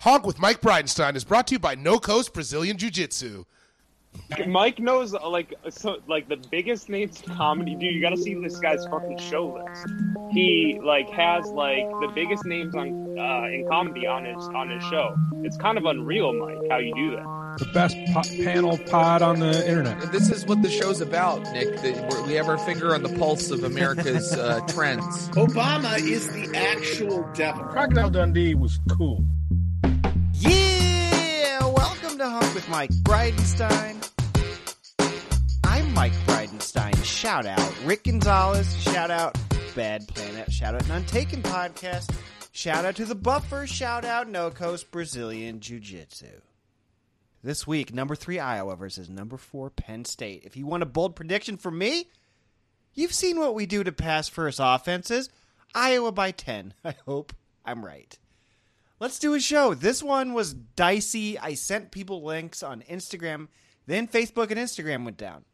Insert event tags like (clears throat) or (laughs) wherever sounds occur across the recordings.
Honk with Mike Bridenstine is brought to you by No Coast Brazilian Jiu Jitsu. Mike knows uh, like so like the biggest names in comedy. Dude, you got to see this guy's fucking show list. He like has like the biggest names on uh, in comedy on his on his show. It's kind of unreal, Mike, how you do that. The best po- panel pod on the internet. This is what the show's about, Nick. That we're- we have our finger on the pulse of America's uh, trends. Obama is the actual devil. Crocodile Dundee was cool. Yeah! Welcome to Hunk with Mike Bridenstine. I'm Mike Bridenstine. Shout out Rick Gonzalez. Shout out Bad Planet. Shout out Untaken Podcast. Shout out to The Buffer. Shout out No Coast Brazilian Jiu Jitsu. This week, number three Iowa versus number four Penn State. If you want a bold prediction from me, you've seen what we do to pass first offenses. Iowa by 10. (laughs) I hope I'm right. Let's do a show. This one was dicey. I sent people links on Instagram. Then Facebook and Instagram went down.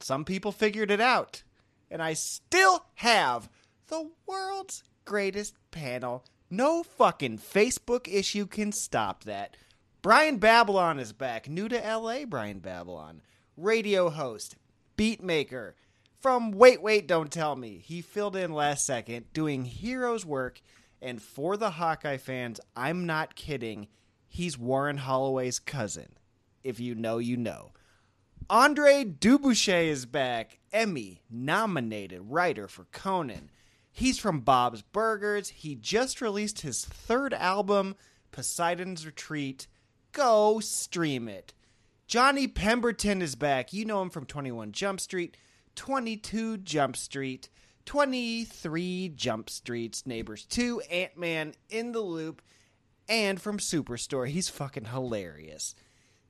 Some people figured it out. And I still have the world's greatest panel. No fucking Facebook issue can stop that. Brian Babylon is back. New to LA, Brian Babylon. Radio host, beat maker. From Wait, Wait, Don't Tell Me. He filled in last second, doing hero's work. And for the Hawkeye fans, I'm not kidding. He's Warren Holloway's cousin. If you know, you know. Andre Dubuchet is back, Emmy nominated writer for Conan. He's from Bob's Burgers. He just released his third album, Poseidon's Retreat. Go stream it. Johnny Pemberton is back. You know him from 21 Jump Street, 22 Jump Street, 23 Jump Streets, Neighbors 2, Ant Man, In the Loop, and from Superstore. He's fucking hilarious.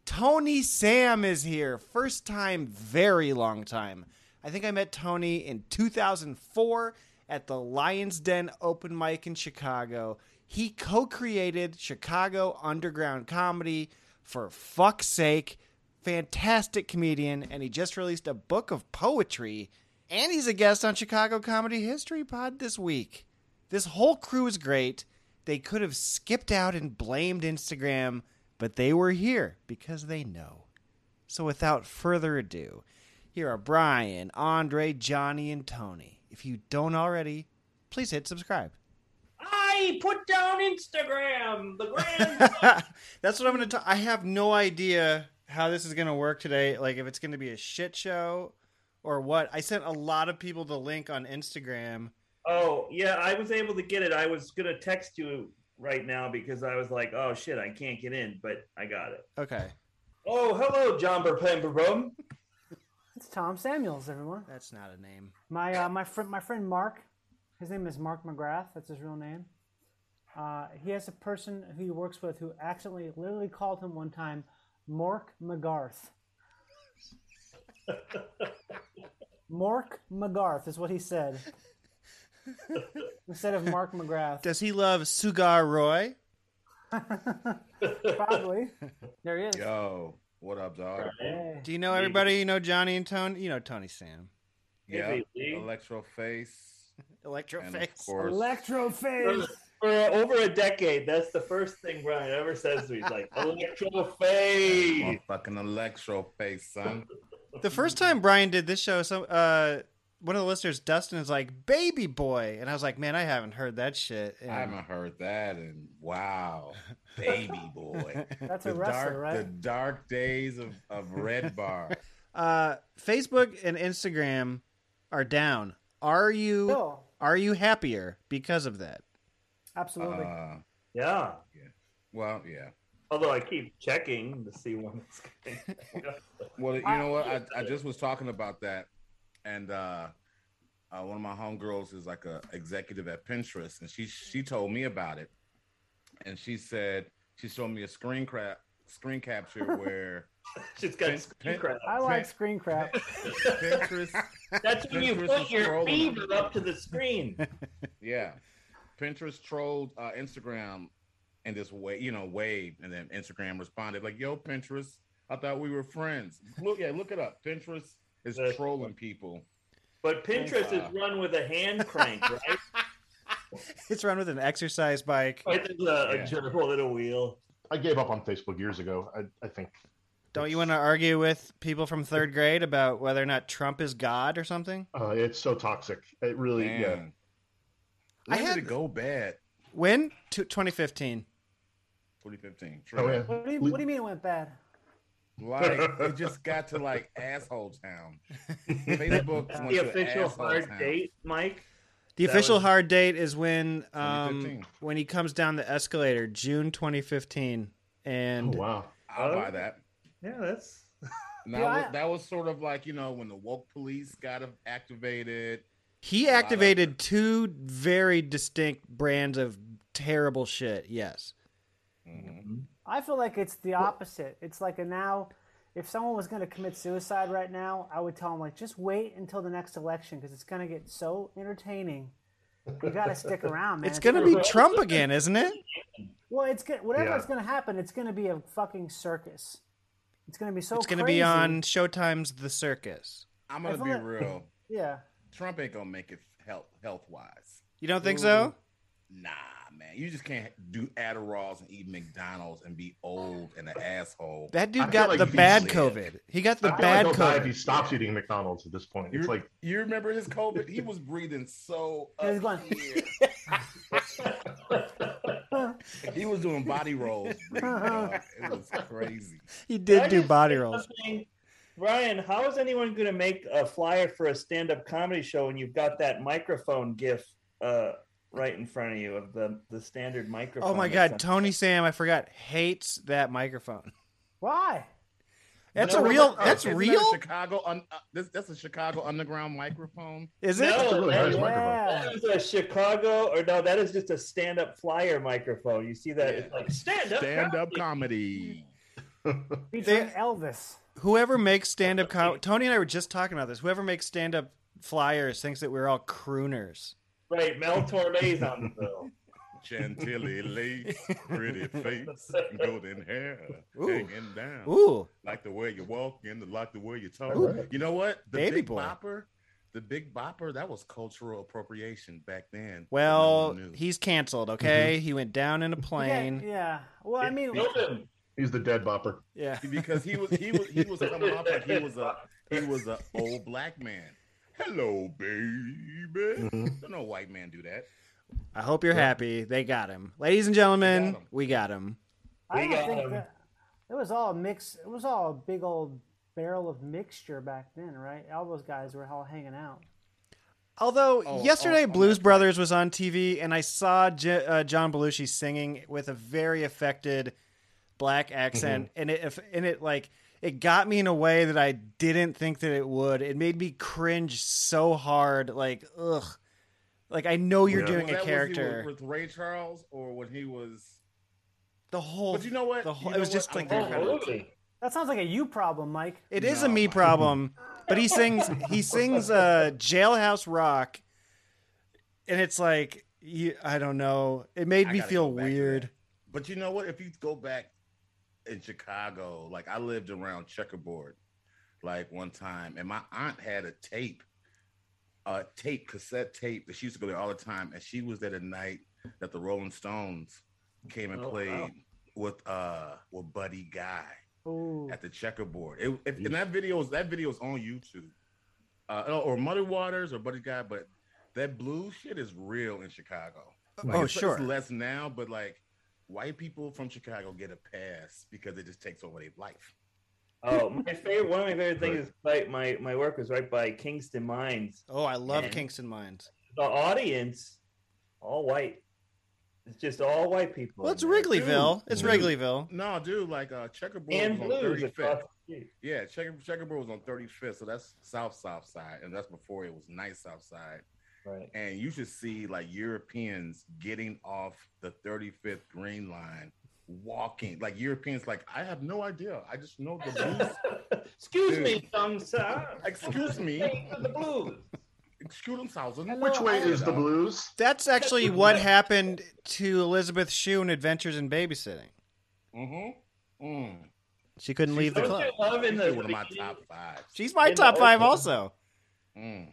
Tony Sam is here. First time, very long time. I think I met Tony in 2004 at the Lions Den open mic in Chicago. He co created Chicago Underground Comedy for fuck's sake. Fantastic comedian, and he just released a book of poetry. And he's a guest on Chicago Comedy History Pod this week. This whole crew is great. They could have skipped out and blamed Instagram, but they were here because they know. So without further ado, here are Brian, Andre, Johnny, and Tony. If you don't already, please hit subscribe. (laughs) I put down Instagram, the grand. That's what I'm going to talk. I have no idea how this is going to work today. Like, if it's going to be a shit show or what. I sent a lot of people the link on Instagram. (laughs) oh yeah, I was able to get it. I was gonna text you right now because I was like, oh shit, I can't get in, but I got it. Okay. Oh, hello, John Burpemberbum. It's Tom Samuels, everyone. That's not a name. My uh, my friend my friend Mark, his name is Mark McGrath. That's his real name. Uh, he has a person who he works with who accidentally literally called him one time Mork McGarth. Mork McGarth is what he said instead of Mark McGrath. (laughs) Does he love Sugar Roy? Probably there he is. Yo, what up, dog? Hey. Do you know everybody? You know Johnny and Tony? You know Tony Sam. Yeah, Hey, Lee. Electro Face, and of Electroface. course, Electro phase. For over a decade, that's the first thing Brian ever says to me. (laughs) He's like, electro fade. fucking Electro Face, son. The first time Brian did this show, some uh, one of the listeners, Dustin, is like "Baby Boy," and I was like, "Man, I haven't heard that shit." And I haven't heard that, and wow, baby boy. (laughs) That's the a wrestler, dark, the right? dark days of, of Red (laughs) Bar. Uh, Facebook and Instagram are down. Are you Cool. are you happier because of that? Absolutely. Uh, Yeah. well, yeah. Although I keep checking to see when it's going. Well, you know what? I, I just was talking about that, and uh, uh, one of my homegirls is like a executive at Pinterest, and she she told me about it, and she said she showed me a screen crap screen capture where (laughs) She's got Pin- screen pin- credit. I like screen crap. Pinterest That's when you Pinterest is put your scrolling. finger up to the screen. Yeah. Pinterest trolled uh, Instagram in this way, you know, wave, and then Instagram responded like, "Yo, Pinterest, I thought we were friends. Look, yeah, look it up. Pinterest is Uh, trolling people. But Pinterest is Wow. run with a hand crank, right? It's run with an exercise bike. It's a, a Yeah. gerbil in a wheel. I gave up on Facebook years ago. I, I think. Don't you want to argue with people from third grade about whether or not Trump is God or something? Uh, it's so toxic. It really. Yeah. Man. I When did had- it go bad? When? Two- 2015. 2015. Oh yeah. What do you, what do you mean it went bad? Like (laughs) it just got to like asshole (laughs) town. Facebook went the to official asshole hard town. date, Mike. The That official was- hard date is when um, 2015. when he comes down the escalator, June 2015, Oh and wow. I'll buy that. Yeah, that's Now Yeah, I- that was sort of like you know when the woke police got activated. A he lot of- activated two very distinct brands of terrible shit. Yes, I feel like it's the opposite. It's like a now. If someone was going to commit suicide right now, I would tell them like, just wait until the next election because it's going to get so entertaining. You got to stick around, man. it's gonna be Trump again, isn't it? well. It's going whatever Yeah. is going to happen. It's going to be a fucking circus. It's going to be so. It's gonna crazy. be on Showtime's The Circus. I'm gonna If be I- real. Yeah. Trump ain't gonna make it health health wise. You don't think so? Nah, man. You just can't do Adderalls and eat McDonald's and be old and an asshole. That I dude feel got like the he's bad dead. COVID. He got the I feel bad like he'll die if he COVID. stops eating McDonald's at this point. You, It's like you remember his COVID? He was breathing so. He was up going- here. he was doing body rolls. breathing up. It was crazy. He did I do just body said rolls. something, Ryan, how is anyone going to make a flyer for a stand-up comedy show when you've got that microphone gif uh, right in front of you of the the standard microphone? Oh my god, that's on- Tony Sam, I forgot, hates that microphone. Why? That's No, a remember- real. oh, That's isn't that a real. Chicago. Un, uh, this, that's a Chicago underground microphone. Is it? No, a really that nice is- microphone. Yeah. that is a Chicago, or no, that is just a stand-up flyer microphone. You see that? Yeah. It's like stand-up. Stand up comedy. comedy. Featuring Elvis. Whoever makes stand up com Tony and I were just talking about this. Whoever makes stand up flyers thinks that we're all crooners. Right, Mel Torme's on the (laughs) bill. Chantilly lace, pretty (laughs) face, golden hair, Ooh. hanging down. Ooh, Like the way you walk and like the way you talk. Ooh. You know what? The Baby Big boy. Bopper, the Big Bopper, that was cultural appropriation back then. well, No one knew. Mm-hmm. he's canceled. Okay, he went down in a plane. (laughs) Yeah, yeah. Well, I mean, Build him. he's the dead bopper. Yeah, because he was he was he was coming off like he was a he was a old black man. Hello, baby. Mm-hmm. Don't no white man do that. I hope you're happy. They got him, ladies and gentlemen. We got him. I We don't got think him. that it was all a mix. It was all a big old barrel of mixture back then, right? All those guys were all hanging out. Although Oh, yesterday oh, oh, Blues that's right. Brothers was on TV and I saw J- uh, John Belushi singing with a very affected black Mm-hmm. accent and it if- and it like it got me in a way that I didn't think that it would. It made me cringe so hard like ugh. Like I know you're Yeah. doing Was a that when he character. was with Ray Charles or when he was the whole But you know what? The whole, You it was know just what? like I'm that all kind of- over it. That sounds like a you problem, Mike. It is a No, me my- problem, but he sings he sings uh, Jailhouse Rock, and it's like you, I don't know. It made I me gotta feel go back to weird. that. But you know what? If you go back in Chicago, like I lived around Checkerboard, like one time, and my aunt had a tape, a tape cassette tape that she used to go there all the time, and she was there the night that the Rolling Stones came and Oh, wow. played with uh with Buddy Guy Ooh. at the Checkerboard. It, if, and that video is that video is on YouTube, uh, or Muddy Waters or Buddy Guy, but that blue shit is real in Chicago. Like, oh it's- sure, it's less now, but like white people from Chicago get a pass because it just takes over their life. Oh, my favorite one of my favorite things is like my my work was right by Kingston Mines. Oh, I love Yeah. Kingston Mines. The audience, all white. It's just all white people. Well, it's man. Wrigleyville. Dude. It's Wrigleyville. No, dude, like uh checkerboard and was on blues thirty across fifth. the street. Yeah, checker, checkerboard was on thirty fifth, so that's south south side, and that's before it was nice south side. Right. And you should see like Europeans getting off the thirty fifth green line, walking like Europeans. Like I have no idea. I just know the blues. (laughs) Excuse Dude. me, young sir. Excuse me. Sing the blues. Excuse them, thousand. Which way is the blues? (laughs) That's actually what happened to Elizabeth Shue in Adventures in Babysitting. Mm-hmm. Mm. She couldn't leave the Don't club. you love in She's the one of my beginning- top five. She's my In the top five, open. also. Mm.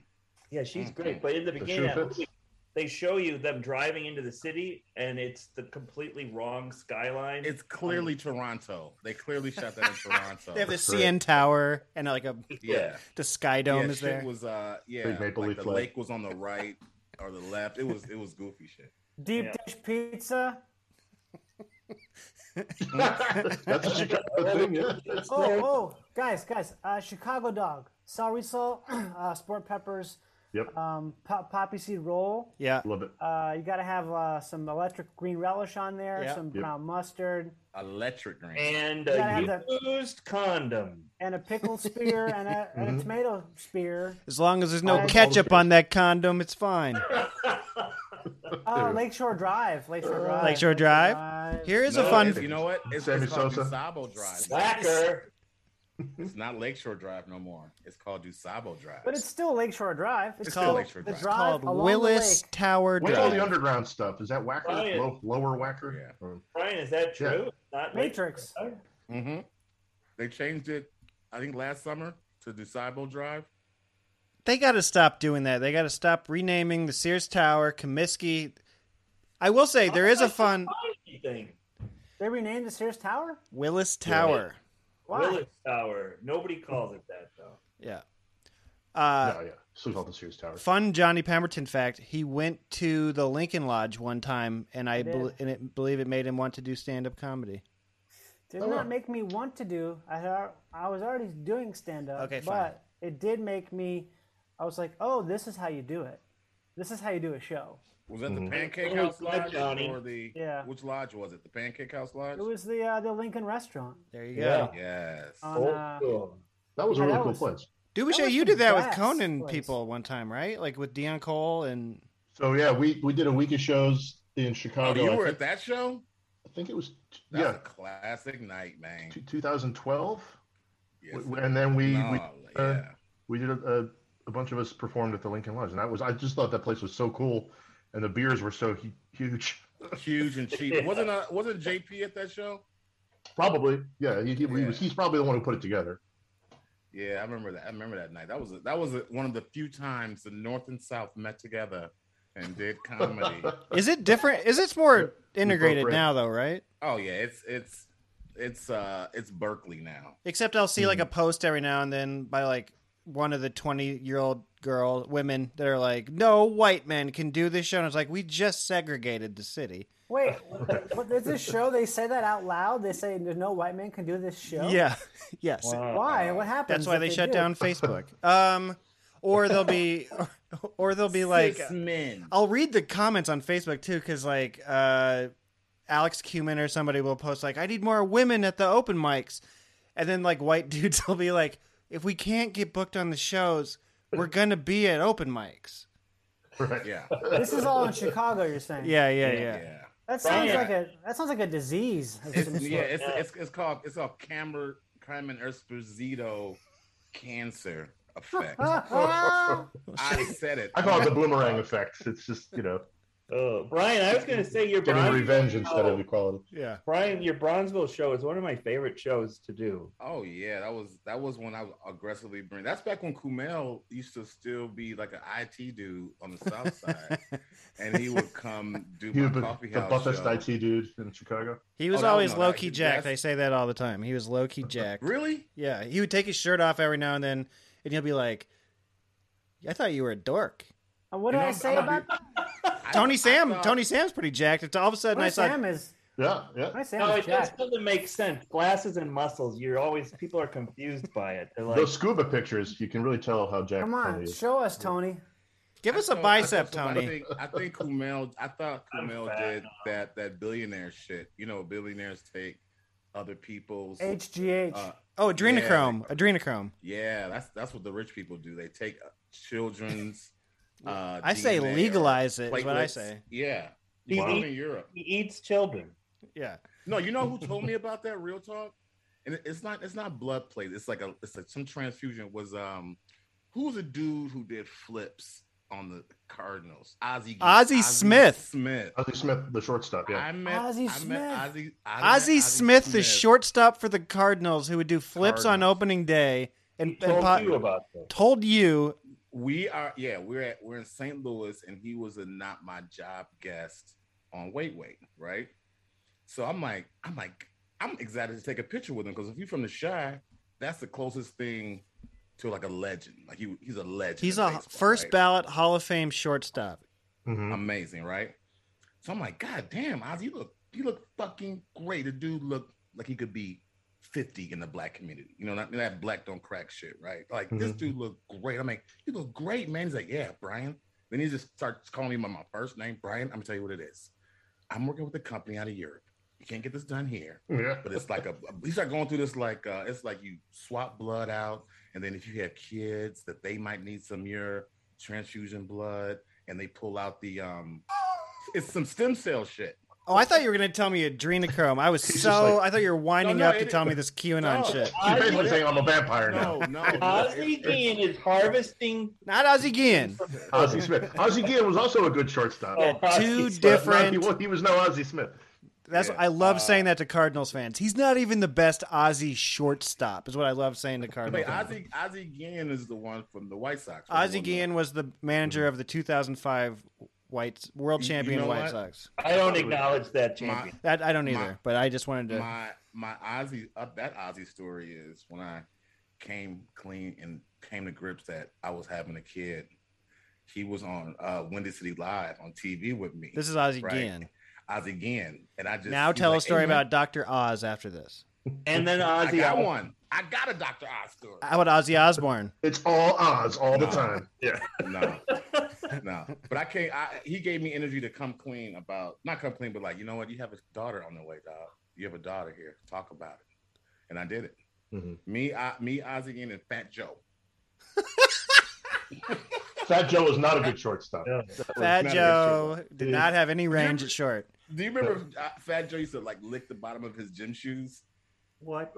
Yeah, she's great. But in the The beginning, shoe of that fits. movie, they show you them driving into the city, and it's the completely wrong skyline. It's clearly Toronto. They clearly (laughs) shot that in Toronto. They have the CN Tower and like a (laughs) Yeah. the Sky Dome yeah, is shit there. Was uh, yeah, Big Maple like Leaf the flag. lake was on the right or the left. It was it was goofy shit. Deep Yeah. dish pizza. That's a Chicago thing, yeah. oh, oh, guys, guys, uh, Chicago dog, celery salt, (clears throat) uh, sport peppers, Yep. um, pop- poppy seed roll. Yeah. Love it. Uh, you got to have uh, some electric green relish on there, Yeah. some Yep. brown mustard, Electric green and You gotta have used condom. and a pickled spear and a, and a tomato spear. As long as there's no Uh, ketchup on that condom, it's fine. Oh, Lakeshore Drive, Lakeshore Drive, Lakeshore Drive. Here is a fun. You know what? It's, Sammy it's called Sosa. Dusabo Drive. Slacker. It's not Lakeshore Drive no more. It's called Dusabo Drive. But it's still Lakeshore Drive. It's, It's still called Lakeshore the Drive. drive called along Willis the lake. Tower What's all the Drive. underground stuff? Is that Wacker? Oh, yeah. Low, lower Wacker? Oh, Brian, is that true? Yeah. It's Not Matrix. Mm-hmm. hmm They changed it, I think, last summer to Dusabo Drive. They got to stop doing that. They got to stop renaming the Sears Tower, Comiskey. I will say there is a fun anything. They renamed the Sears Tower. Willis Tower. Why? Willis Tower. Nobody calls it that though. Yeah. Yeah, Uh, yeah. So we call the Sears Tower. Fun Johnny Pemberton fact: He went to the Lincoln Lodge one time, and I did. bel and it, believe it made him want to do stand-up comedy. Did Oh, wow. not make me want to do. I had, I was already doing stand up. Okay, fine. but it did make me. I was like, oh, this is how you do it. This is how you do a show. Was that the Mhm. Pancake Oh, House good, Lodge Johnny. or the Yeah. which lodge was it? The Pancake House Lodge. It was the uh, the Lincoln Restaurant. There you go. Yeah. yes. On, uh, That was a Yeah, really that cool was- place. That Dubichet, was you the did that with best Conan place. people one time, right? Like with Dion Cole and So yeah, we we did a week of shows in Oh, Chicago. you I, were think, at that show? I think it was That's yeah, a classic night, man. t- 2012, Yes. W- and then we No, we uh, yeah. we did a, a, a bunch of us performed at the Lincoln Lodge, and that was I just thought that place was so cool, and the beers were so hu- huge. huge and (laughs) cheap. Yeah. Wasn't uh, wasn't JP at that show? Probably yeah, he, he, he Yeah. was he's probably the one who put it together. Yeah, I remember that. I remember that night. That was that was one of the few times the North and South met together and did (laughs) comedy. is it different? Is it more integrated bread. now though, right? oh yeah, it's it's it's uh it's Berkeley now. Except I'll see like a post every now and then by like one of the twenty-year-old girl women that are like, "No white men can do this show." And I was like, "We just segregated the city." (laughs) wait, what, there's this show. They say that out loud. They say there's no white man can do this show. Yeah. (laughs) yes. Why? What happened? That's why they shut (laughs) down Facebook. Um, or they'll be, (laughs) or, or they'll be like, Six men. I'll read the comments on Facebook too, because like uh, Alex Cumin or somebody will post like, "I need more women at the open mics," and then like white (laughs) dudes will be like, "If we can't get booked on the shows, we're gonna be at open mics." Right. (laughs) Yeah. This is all in Chicago. You're saying? Yeah, yeah, yeah. Yeah. That sounds Brian. like a that sounds like a disease. of some It's, yeah, sort. it's, it's it's called it's called Camber Carmen Esposito cancer (laughs) (laughs) effect. I said it. Oh, I call it the boomerang effect. It's just you know Oh, Brian, I was going to say your getting Bronzeville revenge instead show- of equality. Yeah. Brian, your Bronzeville show is one of my favorite shows to do. Oh yeah, that was that was when I was aggressively bring. That's back when Kumail used to still be like an IT dude on the South Side, and he would come do You my the, coffee the house buffest show. IT dude in Chicago. (laughs) He was Oh, no, always no, no, low key he- jacked. that's- I say that all the time. He was low key jacked. Really? Yeah, he would take his shirt off every now and then, and he'll be like, "I thought you were a dork." And what did You know, I I'm- say I'm a about dude- I- Tony I Sam, thought- Tony Sam's pretty jacked. It's all of a sudden Tony I saw Sam is Yeah, yeah. Tony Sam No, is it Jack. just doesn't make sense. Glasses and muscles, you're always, people are confused by it. They're like, Those scuba pictures, you can really tell how Jack Come Tony on, is. show us, Tony. Give us a I thought- bicep, I thought- I Tony. think, I think Kumail. I thought I'm Kumail fat. did that that billionaire shit. You know, billionaires take other people's. HGH. uh, Oh, adrenochrome, Yeah. adrenochrome. yeah, that's that's what the rich people do. They take uh, children's. Uh, I say DNA or legalize it. Is what I platelets. say. Yeah, He Well, eat- in Europe. he eats children. Yeah, No, you know who told me about that? Real talk, and it- it's not it's not blood plate. It's like a it's like some transfusion was um who was a dude who did flips on the Cardinals? Ozzie Ozzie Smith. Smith. Ozzie Smith, the shortstop, yeah. I met Ozzie Ozzie I met Ozzie, I met Ozzie Smith, the shortstop for the Cardinals, who would do flips on Cardinals. opening day, and, Told and po- you about that. told you We are yeah, we're at we're in St. Louis and he was a not my job guest on Wait Wait, right? So I'm like, I'm like, I'm excited to take a picture with him because if you're from the Shy, that's the closest thing to like a legend. Like he, he's a legend. He's in a baseball, first right? ballot Hall of Fame shortstop. amazing, right? So I'm like, God damn, Oz, you look you look fucking great. The dude looked like he could be 50 in the black community. You know, not, that black don't crack shit, right? Like this Mhm. dude looked great. I'm like, you look great, man. He's like, Yeah, Brian. Then he just starts calling me by my first name, Brian. I'm gonna tell you what it is. I'm working with a company out of Europe. You can't get this done here. Yeah. But it's like a he started going through this like uh it's like you swap blood out, and then if you have kids that they might need some of your transfusion blood, and they pull out the um it's some stem cell shit. Oh, I thought you were going to tell me adrenochrome. I was (laughs) He's just so like- I thought you were winding No, no, up to it- tell me this QAnon (laughs) shit. She's basically saying I'm a vampire No, now. no. Ozzie Dean is harvesting. Not Ozzie Guillen. Ozzie Smith. Ozzie Guillen was also a good shortstop. Oh, Ozzie Two Smith. But not- different. he, wa- he was no Ozzie Smith. That's I love saying Uh, that to Cardinals fans. He's not even the best Ozzy shortstop, is what I love saying to Cardinals. Wait, fans. Ozzie Ozzie Guillen is the one from the White Sox. right? The Ozzy one- Guillen was the manager of the 2005 White World Mm-hmm. You- you Champion know White what? Sox. I don't acknowledge that champion. That I don't either, My- but I just wanted to. my my Ozzy uh, that Ozzy story is when I came clean and came to grips that I was having a kid. He was on uh Windy City Live on TV with me. this is Ozzy right? Guillen. Ozzy Guillen, and I just Now he's tell like, a story "Hey, man, about Doctor Oz after this. And then I Ozzy, got Osbourne. one. I got a Doctor Oz story. How about (laughs) Ozzy Osbourne? It's all Oz all the No. time. Yeah. (laughs) no, no. But I can't. I, he gave me energy to come clean about not come clean, but like you know what? You have a daughter on the way, dog. You have a daughter here. Talk about it. And I did it. Mhm. Mm-hmm. Me, I, me, Ozzy, and Fat Joe. Fat Joe was not a good shortstop. Fat not a good Joe did Yeah. not have any range at short. (laughs) Do you (laughs) remember uh, Fat Joe used to like lick the bottom of his gym shoes? What?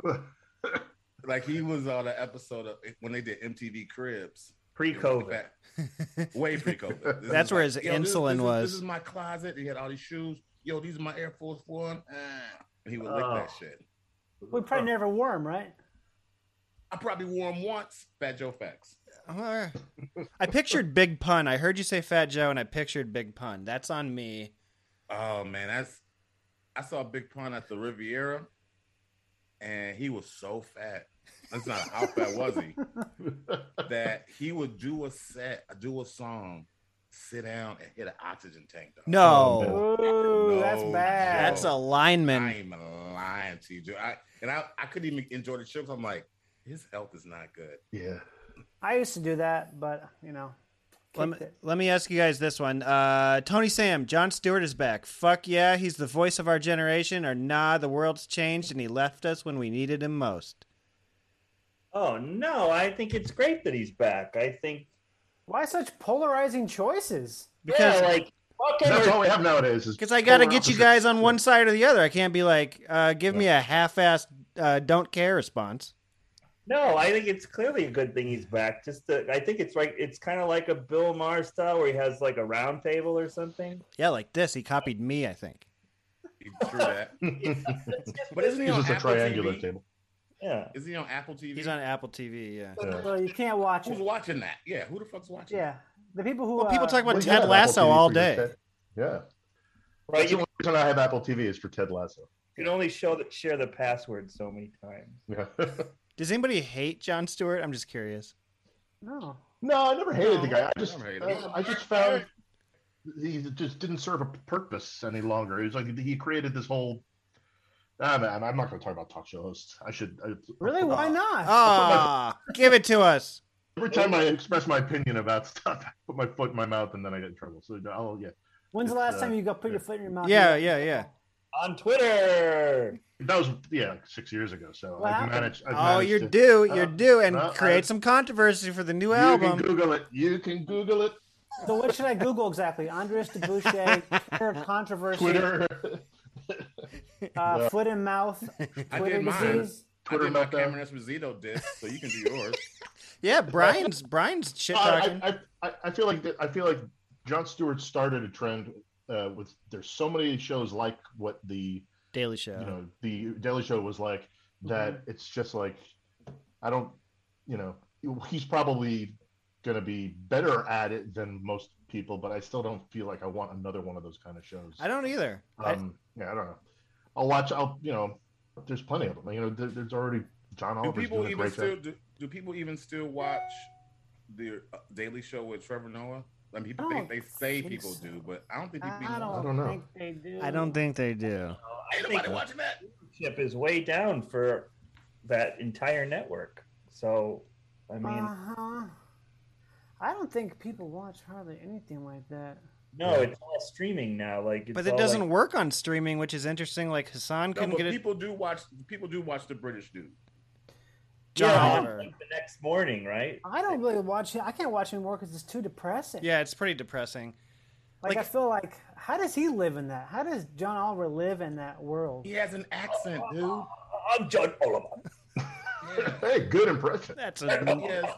Like he was on an episode of when they did MTV Cribs. Pre-COVID. Fat- Way pre-COVID. This That's is where his "Yo, this- insulin this is- was." This is my closet. He had all these shoes. Yo, these are my Air Force One. Ah. And he would lick that Oh. shit. We probably never wore them, right? I probably wore them once. Fat Joe facts. Alright. (laughs) I pictured Big Pun. I heard you say Fat Joe, and I pictured Big Pun. That's on me. Oh man, that's I saw Big Pun at the Riviera, and he was so fat. That's not how fat was he that he would do a set, do a song, sit down and hit an oxygen tank. dog. No, Oh, Ooh, that's No, bad. that's a lineman. I ain't even lying to you, dude. I, and I, I couldn't even enjoy the show. 'cause I'm like, his health is not good. Yeah. I used to do that, but you know, Let me, kicked it. let me ask you guys this one. Uh, Tony Sam, John Stewart is back. Fuck yeah, he's the voice of our generation. Or nah, the world's changed and he left us when we needed him most. Oh no! I think it's great that he's back. I think why such polarizing choices? Because yeah, like fuck That's every- all we have nowadays. is cause I got to polar get you opposites. guys on (laughs) one side or the other. I can't be like, uh, give me a half-assed uh, don't care response. No, I think it's clearly a good thing he's back. Just to, I think it's like it's kind of like a Bill Maher style where he has like a round table or something. Yeah, like this. He copied me, I think. He threw that. but isn't he It's on just a Apple triangular TV? table. Yeah, Is he on Apple TV? He's on Apple TV, yeah. Yeah. Well, you can't watch Who's it. watching that? Yeah, who the fuck's watching? Yeah, the people who Well, people uh, talk about We Ted have Lasso Apple TV all for day. Ted- Yeah. right. That's the You only reason I have Apple TV is for Ted Lasso. can only show that share the password so many times. Yeah. Does anybody hate John Stewart? I'm (laughs) just curious. no. no, I never hated the guy. I just, never hated uh, him. I just found he just didn't serve a purpose any longer. It was like he created this whole. Ah, man, I'm not going to talk about talk show hosts. I should. I, Uh, Really? Why not? Ah, give it to us. Every time I express my opinion about stuff, I put my foot in my mouth and then I get in trouble. So I'll, yeah. When's the It's, last uh, time you got put your foot in your mouth? Yeah, yeah, yeah. On Twitter, That was, yeah, like six years ago. So What I've happened? managed. I've Oh, managed you're to- due. Uh, You're due. And uh, create I- some controversy for the new You album. can Google it. You can Google it. So what should I Google exactly? Andres DeBouche, (laughs) Twitter controversy, Twitter. (laughs) Uh, foot and mouth, I Twitter did mine. disease. Twitter Twitter I did my meltdown. Cameron Esposito diss, so you can do (laughs) yours. yeah, Brian's Brian's shit I, talking. I, I, I feel like that, I feel like John Stewart started a trend uh, with there's so many shows like what the Daily Show. you know the Daily Show was like Mm-hmm. that it's just like I don't you know he's probably going to be better at it than most people, but I still don't feel like I want another one of those kind of shows. I don't either. I- Um, yeah, I don't know. I'll watch. I'll you know, there's plenty of them. You know, there, there's already John Do Oliver's people doing a even great still job. do, do people even still watch the uh, Daily Show with Trevor Noah? I mean, people, don't they, they say people do, but I don't think people. even- they do. I don't think they do. I think watching that. Chip is way down for that entire network. So, I mean, Uh-huh. I don't think people watch hardly anything like that. no, it's all streaming now. Like, it's But it all, doesn't like- work on streaming, which is interesting. Like Hassan No, couldn't but get it. people do watch. People do watch the British dude. John Yeah, Oliver. like the next morning, right? I don't really watch it. I can't watch anymore because it's too depressing. Yeah, it's pretty depressing. Like, I feel like, how does he live in that? How does John Oliver live in that world? He has an accent, dude. I'm John (laughs) Oliver. hey, good impression. That's Yes.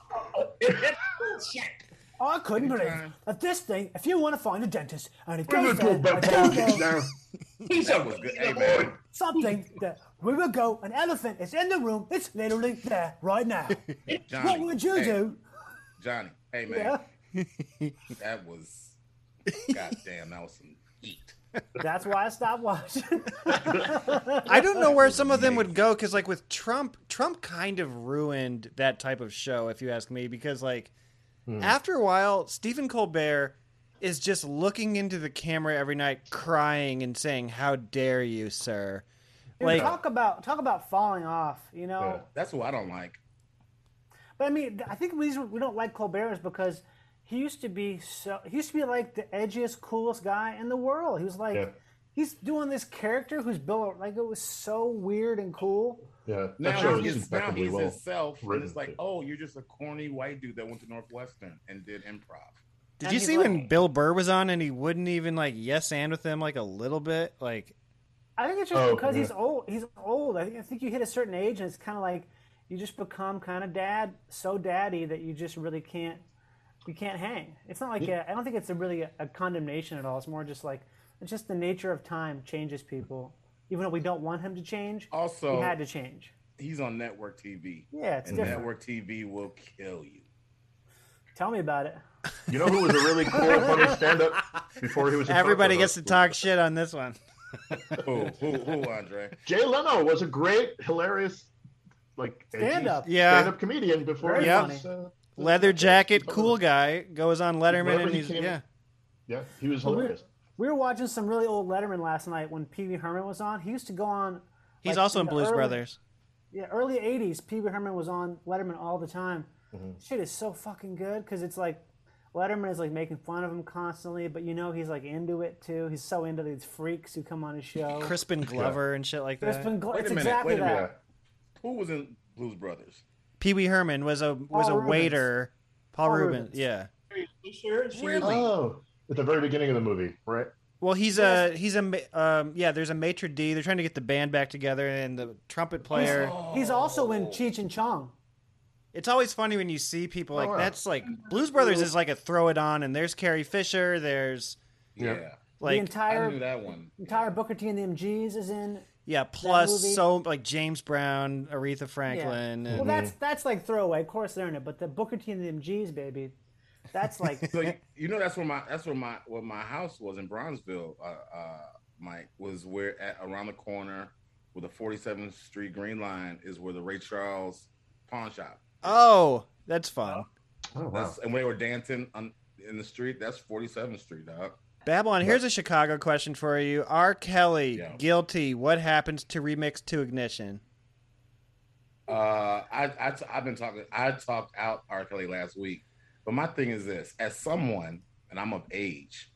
Oh, I couldn't believe that this thing. If you want to find a dentist and it We're goes gonna talk there, about a dog politics goes now. He's That was a good. Hey man, something that we will go. An elephant is in the room. It's literally there right now. Johnny. what would you hey, do? Johnny? Hey man, Yeah. that was. (laughs) God damn, that was some heat. That's why I stopped watching. (laughs) I don't know where some of them would go because, like, with Trump, Trump kind of ruined that type of show, if you ask me. Because, like, Hmm. after a while, Stephen Colbert is just looking into the camera every night, crying and saying, "How dare you, sir?" Dude, Like, talk about talk about falling off, you know. Yeah. That's what I don't like. But I mean, I think the reason we don't like Colbert is because he used to be so he used to be like the edgiest, coolest guy in the world. He was like Yeah. he's doing this character who's built like it was so weird and cool. Yeah, that Now show is he's, now impeccably he's well. himself, and written, it's like, too. oh, you're just a corny white dude that went to Northwestern and did improv. did And you he's see like- when Bill Burr was on and he wouldn't even like yes and with them like a little bit? Like, I think it's just Oh, because yeah. he's old. He's old. I think I think you hit a certain age, and it's kind of like you just become kind of dad, so daddy that you just really can't you can't hang. It's not like I I don't think it's a really a, condemnation at all. It's more just like it's just the nature of time changes people. Even though we don't want him to change, Also- he had to change. He's on network TV. Yeah, it's and different. network TV will kill you. Tell me about it. You know who was a really cool, funny stand-up before he was. A everybody talk show gets to host? talk shit on this one. who, who, who, (laughs) Andre? Jay Leno was a great, hilarious, like edgy Stand-up. Yeah. stand-up comedian before. Very he Yep. was, uh, Leather jacket, Totally. cool guy goes on Letterman Whenever and he he's came- yeah. Yeah, he was we- hilarious. We were watching some really old Letterman last night when Pee Wee Herman was on. He used to go on. He's like, also in the Blues early- Brothers. Yeah, early '80s. Pee Wee Herman was on Letterman all the time. Mm-hmm. Shit is so fucking good because it's like Letterman is like making fun of him constantly, but you know he's like into it too. He's so into these freaks who come on his show. Crispin Glover and shit like that. Crispin Gl- Wait a it's minute, exactly wait a that. Yeah. Who was in Blues Brothers? Pee Wee Herman was a was a Rubens. waiter. Paul, Paul Rubens. Rubens. yeah. Sure, she was- Really? Oh, at the very beginning of the movie, right? Well, he's a he's a ma- um, yeah. There's a maitre d. They're trying to get the band back together and the trumpet player. He's also in Cheech and Chong. It's always funny when you see people like Oh, wow. that's like Blues Brothers is like a throw it on, and there's Carrie Fisher. There's Yeah, the like I knew entire that one. entire Booker T and the MGs is in. yeah, plus movie. so like James Brown, Aretha Yeah. Franklin. Well, and- that's that's like throwaway. Of course they're in it, but the Booker T and the MGs, baby, that's like (laughs) (laughs) So you, you know that's where my that's where my where my house was in Bronzeville. Uh, uh, Mike was where at around the corner with the 47th Street Green Line is where the Ray Charles pawn shop. oh, that's fun. Oh wow. That's, And when they were dancing on in the street, that's 47th Street, dog. Babylon, here's a Chicago question for you. R. Kelly, Yeah. guilty. What happens to remix to ignition? Uh, I, I I've been talking. I talked out R. Kelly last week, but my thing is this: as someone, and I'm of age,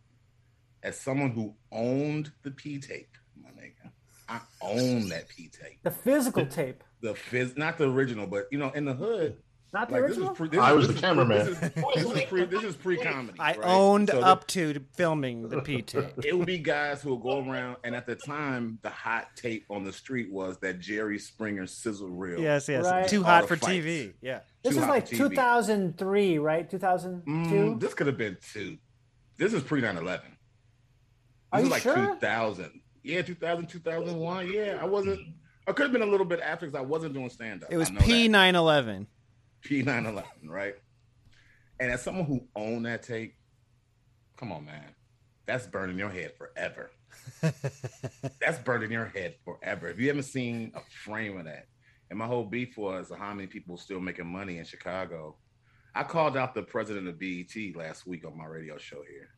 as someone who owned the P tape, my nigga, I own that P tape. the physical tape, The phys, not the original, but you know, in the hood, not the like this is original. pre. This I is- was this the is pre- cameraman. This is, this is pre. This is pre comedy. I owned up to filming the (laughs) P tape. it would be guys who would go around, and at the time, the hot tape on the street was that Jerry Springer sizzle reel. Yes, yes. Right. Too All hot the for fights. TV. Yeah. this Too is hot like for TV. 2003, right? 2002. Mm, this could have been two. This is pre 9 11. Are This you is like sure? 2000. Yeah, 2000, 2001. Yeah, I wasn't. I could have been a little bit after because I wasn't doing stand up. It was P nine eleven. P911, right? And as someone who owned that tape, come on, man, that's burning your head forever. that's burning your head forever. If you haven't seen a frame of that, and my whole beef was how many people still making money in Chicago. I called out the president of BET last week on my radio show here.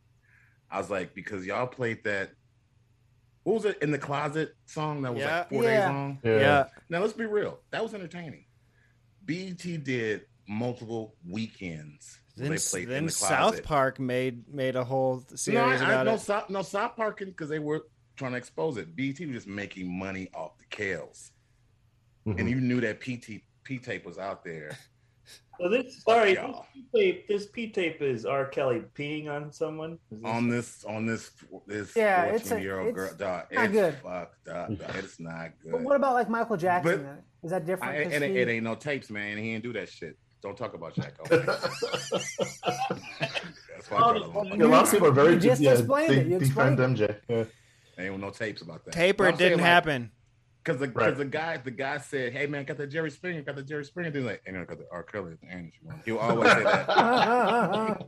I was like, because y'all played that. What was it in the closet song that was Yeah. like four Yeah. days long? Yeah. uh, Yeah. Now let's be real. That was entertaining. BET did multiple weekends. where Then, then South Park made made a whole series no, I, I, about no, it. South, no South Park because they were trying to expose it. BT was just making money off the Kales, Mm-hmm. and you knew that PT P tape was out (laughs) there. So this sorry, Fuck this y'all. P tape. This P tape is R. Kelly peeing on someone. Is Um, (laughs) this- on this on this this Yeah, fourteen it's a- year old it's girl. Dog, not it's good. fucked up. dog. (laughs) It's not good. But what about like Michael Jackson? But- then? Is that I, different? 'Cause and it, he- it ain't no tapes, man. He ain't do that shit. Don't talk about Jacko. That's (laughs) why I Oh, call him. Yeah, a lot of people are very You just yeah, explained they it. You defend (laughs) explained it. MJ. Yeah. Ain't no tapes about that. Taper But I'm didn't saying, like, happen. Cause the Right. cause the guy the guy said, "Hey man, got the Jerry Springer, got the Jerry Springer." Thing like, and I got the R. Kelly at the end. if you want." He will always say (laughs) that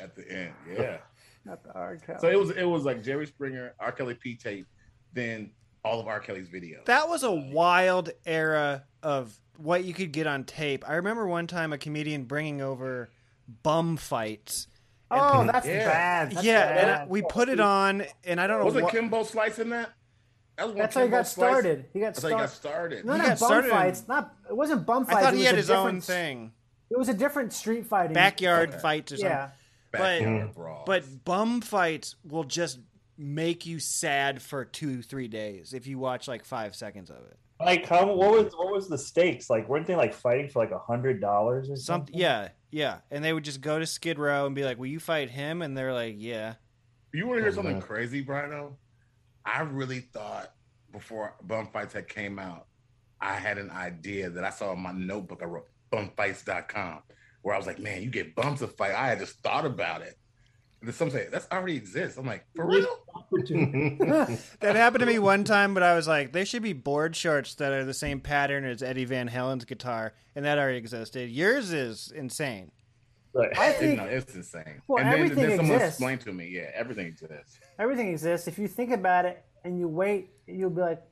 at the end. Yeah. Not the R. Kelly. So it was it was like Jerry Springer, R. Kelly P tape, then all of R. Kelly's videos. That was a wild era of what you could get on tape. I remember one time a comedian bringing over bum fights. and Oh, (laughs) put- that's Yeah. bad. That's yeah, bad. and uh, we put it on, and I don't know was it what- Kimbo Slice in that? that was when That's how he Kimbo got Slice- started. He got That's how he got started. started. No, He not got bum started in- fights. Not it wasn't bum I fights. thought it he was had a his own different- thing, It was a different street fighting backyard Okay. fights or something. Yeah, Backyard But- brawl. But bum fights will just make you sad for two, three days if you watch like five seconds of it. Like how? What was what was the stakes? Like weren't they like fighting for like a hundred dollars or Something, something? yeah, yeah. And they would just go to Skid Row and be like, "Will you fight him?" And they're like, "Yeah." you want to hear Oh, something man. crazy, Brino? I really thought before Bum Fights had came out, I had an idea that I saw in my notebook. I wrote bumfights.com, where I was like, "Man, you get bumps to fight." I had just thought about it. And then some say that's already exists. I'm like, for real? (laughs) That happened to me one time, but I was like, "They should be board shorts that are the same pattern as Eddie Van Halen's guitar, and that already existed. Yours is insane." Right. I You think know, it's insane. Well, and then, everything then someone exists. explained to me, yeah, everything exists. everything exists. If you think about it and you wait, you'll be like,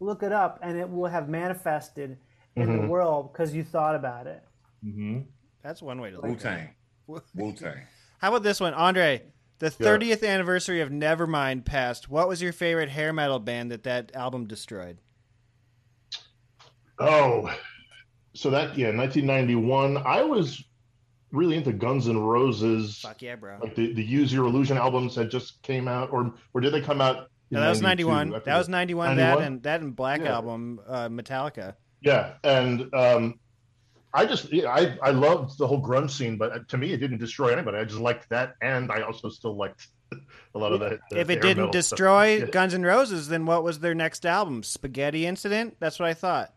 look it up, and it will have manifested in Mm-hmm. the world because you thought about it. Mm-hmm. That's one way to Wu look at it. Tang, Wu Tang. How about this one, Andre? The Yeah. thirtieth anniversary of Nevermind passed. What was your favorite hair metal band that that album destroyed? Oh, so that yeah, 1991. I was really into Guns N' Roses. Fuck yeah, bro. Like the, the Use Your Illusion albums had just came out, or or did they come out? in No, that was 92? ninety-one. I forget. That was ninety-one. That 91? and that and Black Yeah. album, uh, Metallica. Yeah, and um, I just yeah, I I loved the whole grunge scene, but uh, to me it didn't destroy anybody. I just liked that, and I also still liked (laughs) a lot of that. if it didn't destroy yeah. Guns N' Roses, then what was their next album? Spaghetti Incident. That's what I thought.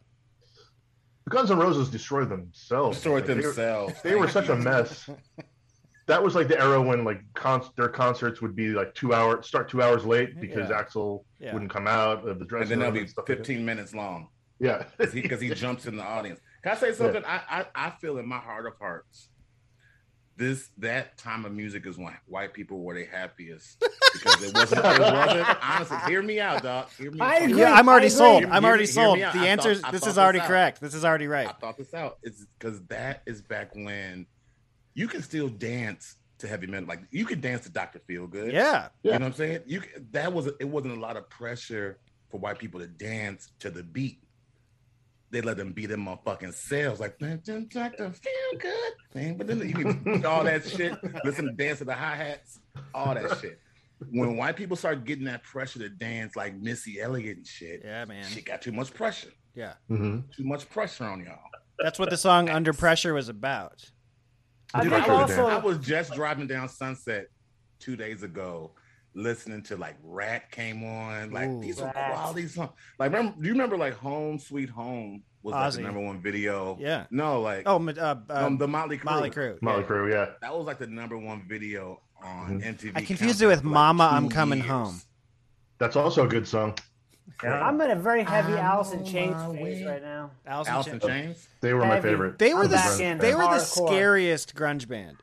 Guns N' Roses destroyed themselves. Destroyed Like, Oh, they were- themselves. They were Thank such a you. (laughs) mess. That was like the era when like con- their concerts would be like two hours start two hours late because Yeah. Axel Yeah. wouldn't come out of the And dressing then they'll room be and stuff like that. 15 minutes long. Yeah, because he, 'cause he jumps in the audience. Can I say something? I, I I feel in my heart of hearts, this that time of music is when white people were their (laughs) happiest because it wasn't. It wasn't honestly. Hear me out, dog. Hear me. I out. agree. Yeah, I'm already I agree. sold. Hear- I'm hear already me- hear sold. me out. The I thought- answer is I this thought is already this out. correct. This is already right. I thought this out. It's because that is back when you can still dance to heavy metal. Like you could dance to Doctor Feelgood. Yeah. You know what I'm saying? You c- that was it wasn't a lot of pressure for white people to dance to the beat. They let them beat them motherfucking selves like dun, dun, dun, dun, feel good thing, but then you can do all that shit. Listen to dance to the hi hats, all that shit. When white people start getting that pressure to dance like Missy Elliott and shit, Yeah, man. she got too much pressure. Yeah. Mhm. Too much pressure on y'all. That's what the song Under Pressure was about. I Dude, think I, was, also I was just driving down Sunset two days ago, listening to like Rat came on. Like Ooh. these are Rat. quality songs. Like remember, do you remember like Home Sweet Home was like, the Ozzy. number one video? Yeah. No, like Oh, ma- uh, uh, um, the Motley Crue. Molly Crew. Molly Crew, yeah. That was like the number one video on Mm-hmm. MTV. I confused Countdown it with for, like, Mama, two I'm Coming years. Home. That's also a good song. (laughs) I'm in a very heavy I'm Alice in on Chains my phase way. right now. Alice in Alice Chains. and Chains. They were my Heavy. favorite. They were I'm the back s- in they were the hardcore. scariest grunge band.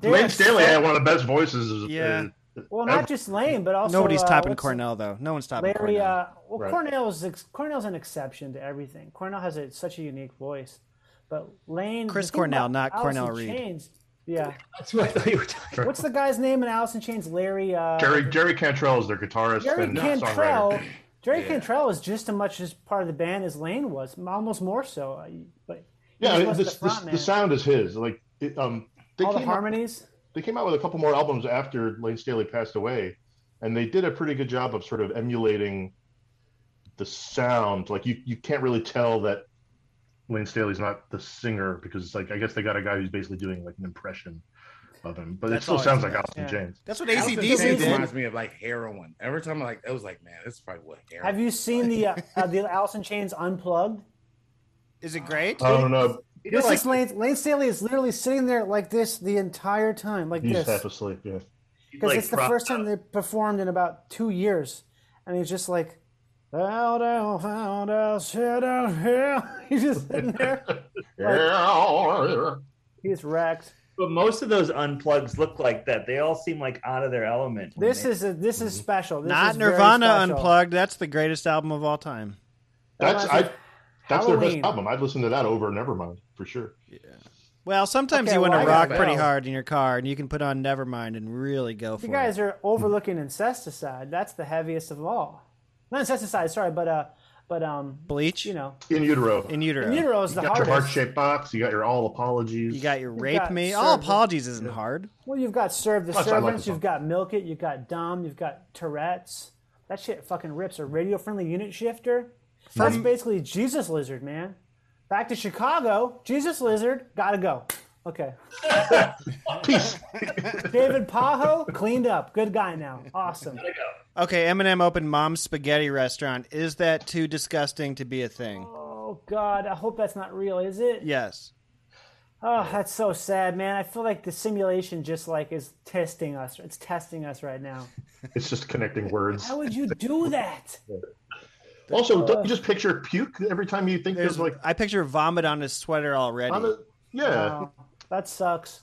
They Lane are Staley so- had one of the best voices. Yeah. uh, Well, not ever. just Lane, but also Nobody's uh, topping what's- Cornell though. No one's topping Larry. Cornell. Uh, well, Right. Cornell's ex- Cornell's an exception to everything. Cornell has a, such a unique voice, but Lane. Chris the thing Cornell, about not Alice Cornell in Reed. Chains- yeah, that's what I thought you were talking. What's the guy's name in Alice in Chains? Larry. Uh, Jerry Jerry Cantrell is their guitarist Jerry and Cantrell. songwriter. Jerry Cantrell is just as much as part of the band as Lane was, almost more so. uh, But he Yeah, just I mean, this, wasn't the, this, front the man. sound is his. Like it, um, they All the came up- harmonies. they came out with a couple more albums after Lane Staley passed away, and they did a pretty good job of sort of emulating the sound. Like you, you can't really tell that Lane Staley's not the singer because it's like I guess they got a guy who's basically doing like an impression of him, but That's it still all sounds like it's about. Austin James. That's what Allison AC/DC Chains did. reminds me of like heroin. Every time I like, I was like, man, this is probably what heroin. Have you seen the uh, uh, the Alice in Chains unplugged? Is it great? I don't know. This is Lane, Lane Staley is literally sitting there like this the entire time, like He's half this, asleep. Yeah. because it's the first time they performed in about two years, and he's just like, "Bow down, bow down, sit down here." (laughs) He's just (laughs) sitting there. like, he's wrecked. But most of those unplugs look like that. They all seem like out of their element. when This they- is a, this is special. This Not is very Nirvana special. Unplugged. That's the greatest album of all time. That's Well, I. that's- That's their best Halloween. album. I'd listen to that over Nevermind for sure. Yeah. Well, sometimes Okay, you want well, I to gotta rock pretty go. hard in your car, and you can put on Nevermind and really go for You it. guys are overlooking incesticide. That's the heaviest of all. Not incesticide, sorry, but uh, but um, Bleach. You know, In utero. In utero. In Utero is you the got your hardest. heart shaped box. You got your all apologies. You got your You rape got me. served All with- apologies isn't hard. Well, you've got serve the Plus, I like servants. the you've got milk it. You've got dumb. You've got Tourette's. That shit fucking rips. A radio friendly unit shifter. That's basically Jesus lizard, man. Back to Chicago. Jesus lizard. Gotta go. (laughs) Okay. Peace. David Pajo cleaned up. Good guy now. Awesome. Okay, Eminem opened Mom's Spaghetti Restaurant. Is that too disgusting to be a thing? Oh God, I hope that's not real, is it? Yes. Oh, that's so sad, man. I feel like the simulation just like is testing us. It's testing us right now. It's just connecting words. How would you do that? Also, don't you just picture puke every time you think there's, There's, like I picture vomit on his sweater already. Vomit? Oh, that sucks.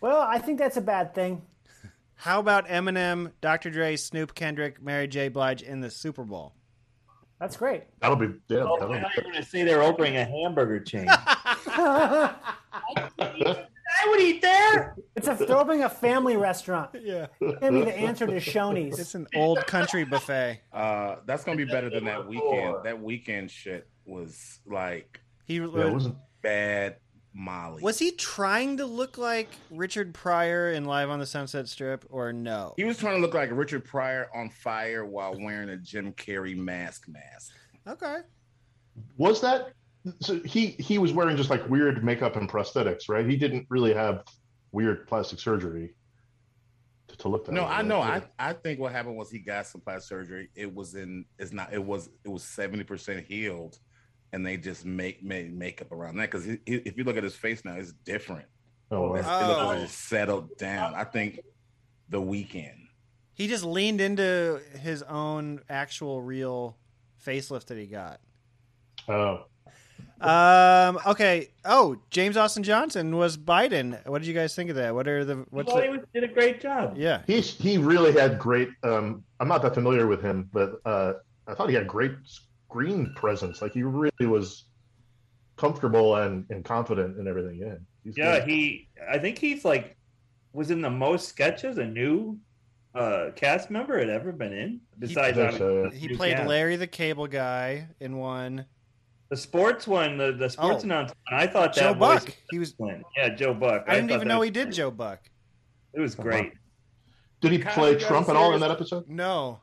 Well, I think that's a bad thing. How about Eminem, Dr. Dre, Snoop Kendrick, Mary J. Blige in the Super Bowl? That's great. (laughs) that'll be yeah, Oh, that'll I be thought you were going to say they're opening a hamburger chain. I would eat there. It's a they're opening a family restaurant. Yeah. It's gonna be the answer to Shoney's. It's an old country buffet. Uh, that's gonna be better than that weekend. That weekend shit was like he it was- bad Molly. Was he trying to look like Richard Pryor in Live on the Sunset Strip or no? He was trying to look like Richard Pryor on fire while wearing a Jim Carrey mask mask. Okay. was that so he he was wearing just like weird makeup and prosthetics right he didn't really have weird plastic surgery to, to look that No, way, I right? know. I, I think what happened was he got some plastic surgery. It was in it's not it was it was seventy percent healed, and they just make made makeup around that because if you look at his face now, it's different. Oh, wow. It's- it looks like Oh. it's settled down. I think the weekend. He just leaned into his own actual real facelift that he got. oh Um, okay. Oh, James Austin Johnson was Biden. What did you guys think of that? What are the I what's thought he the, was, did a great job. yeah he's he really had great um i'm not that familiar with him but uh i thought he had great screen presence like he really was comfortable and and confident in everything yeah he's Yeah, good. he. I think he's like was in the most sketches a new uh cast member had ever been in. Besides, I think so, yeah. obviously, he Duke played Adams. Larry the Cable Guy in one. The sports one, the, the sports Oh. announcement. I thought that Joe voice Buck. He was. was- Yeah, Joe Buck. I didn't thought even that know was- he did Joe Buck. It was great. did he Kyle, play you guys trump at all in serious? that episode No.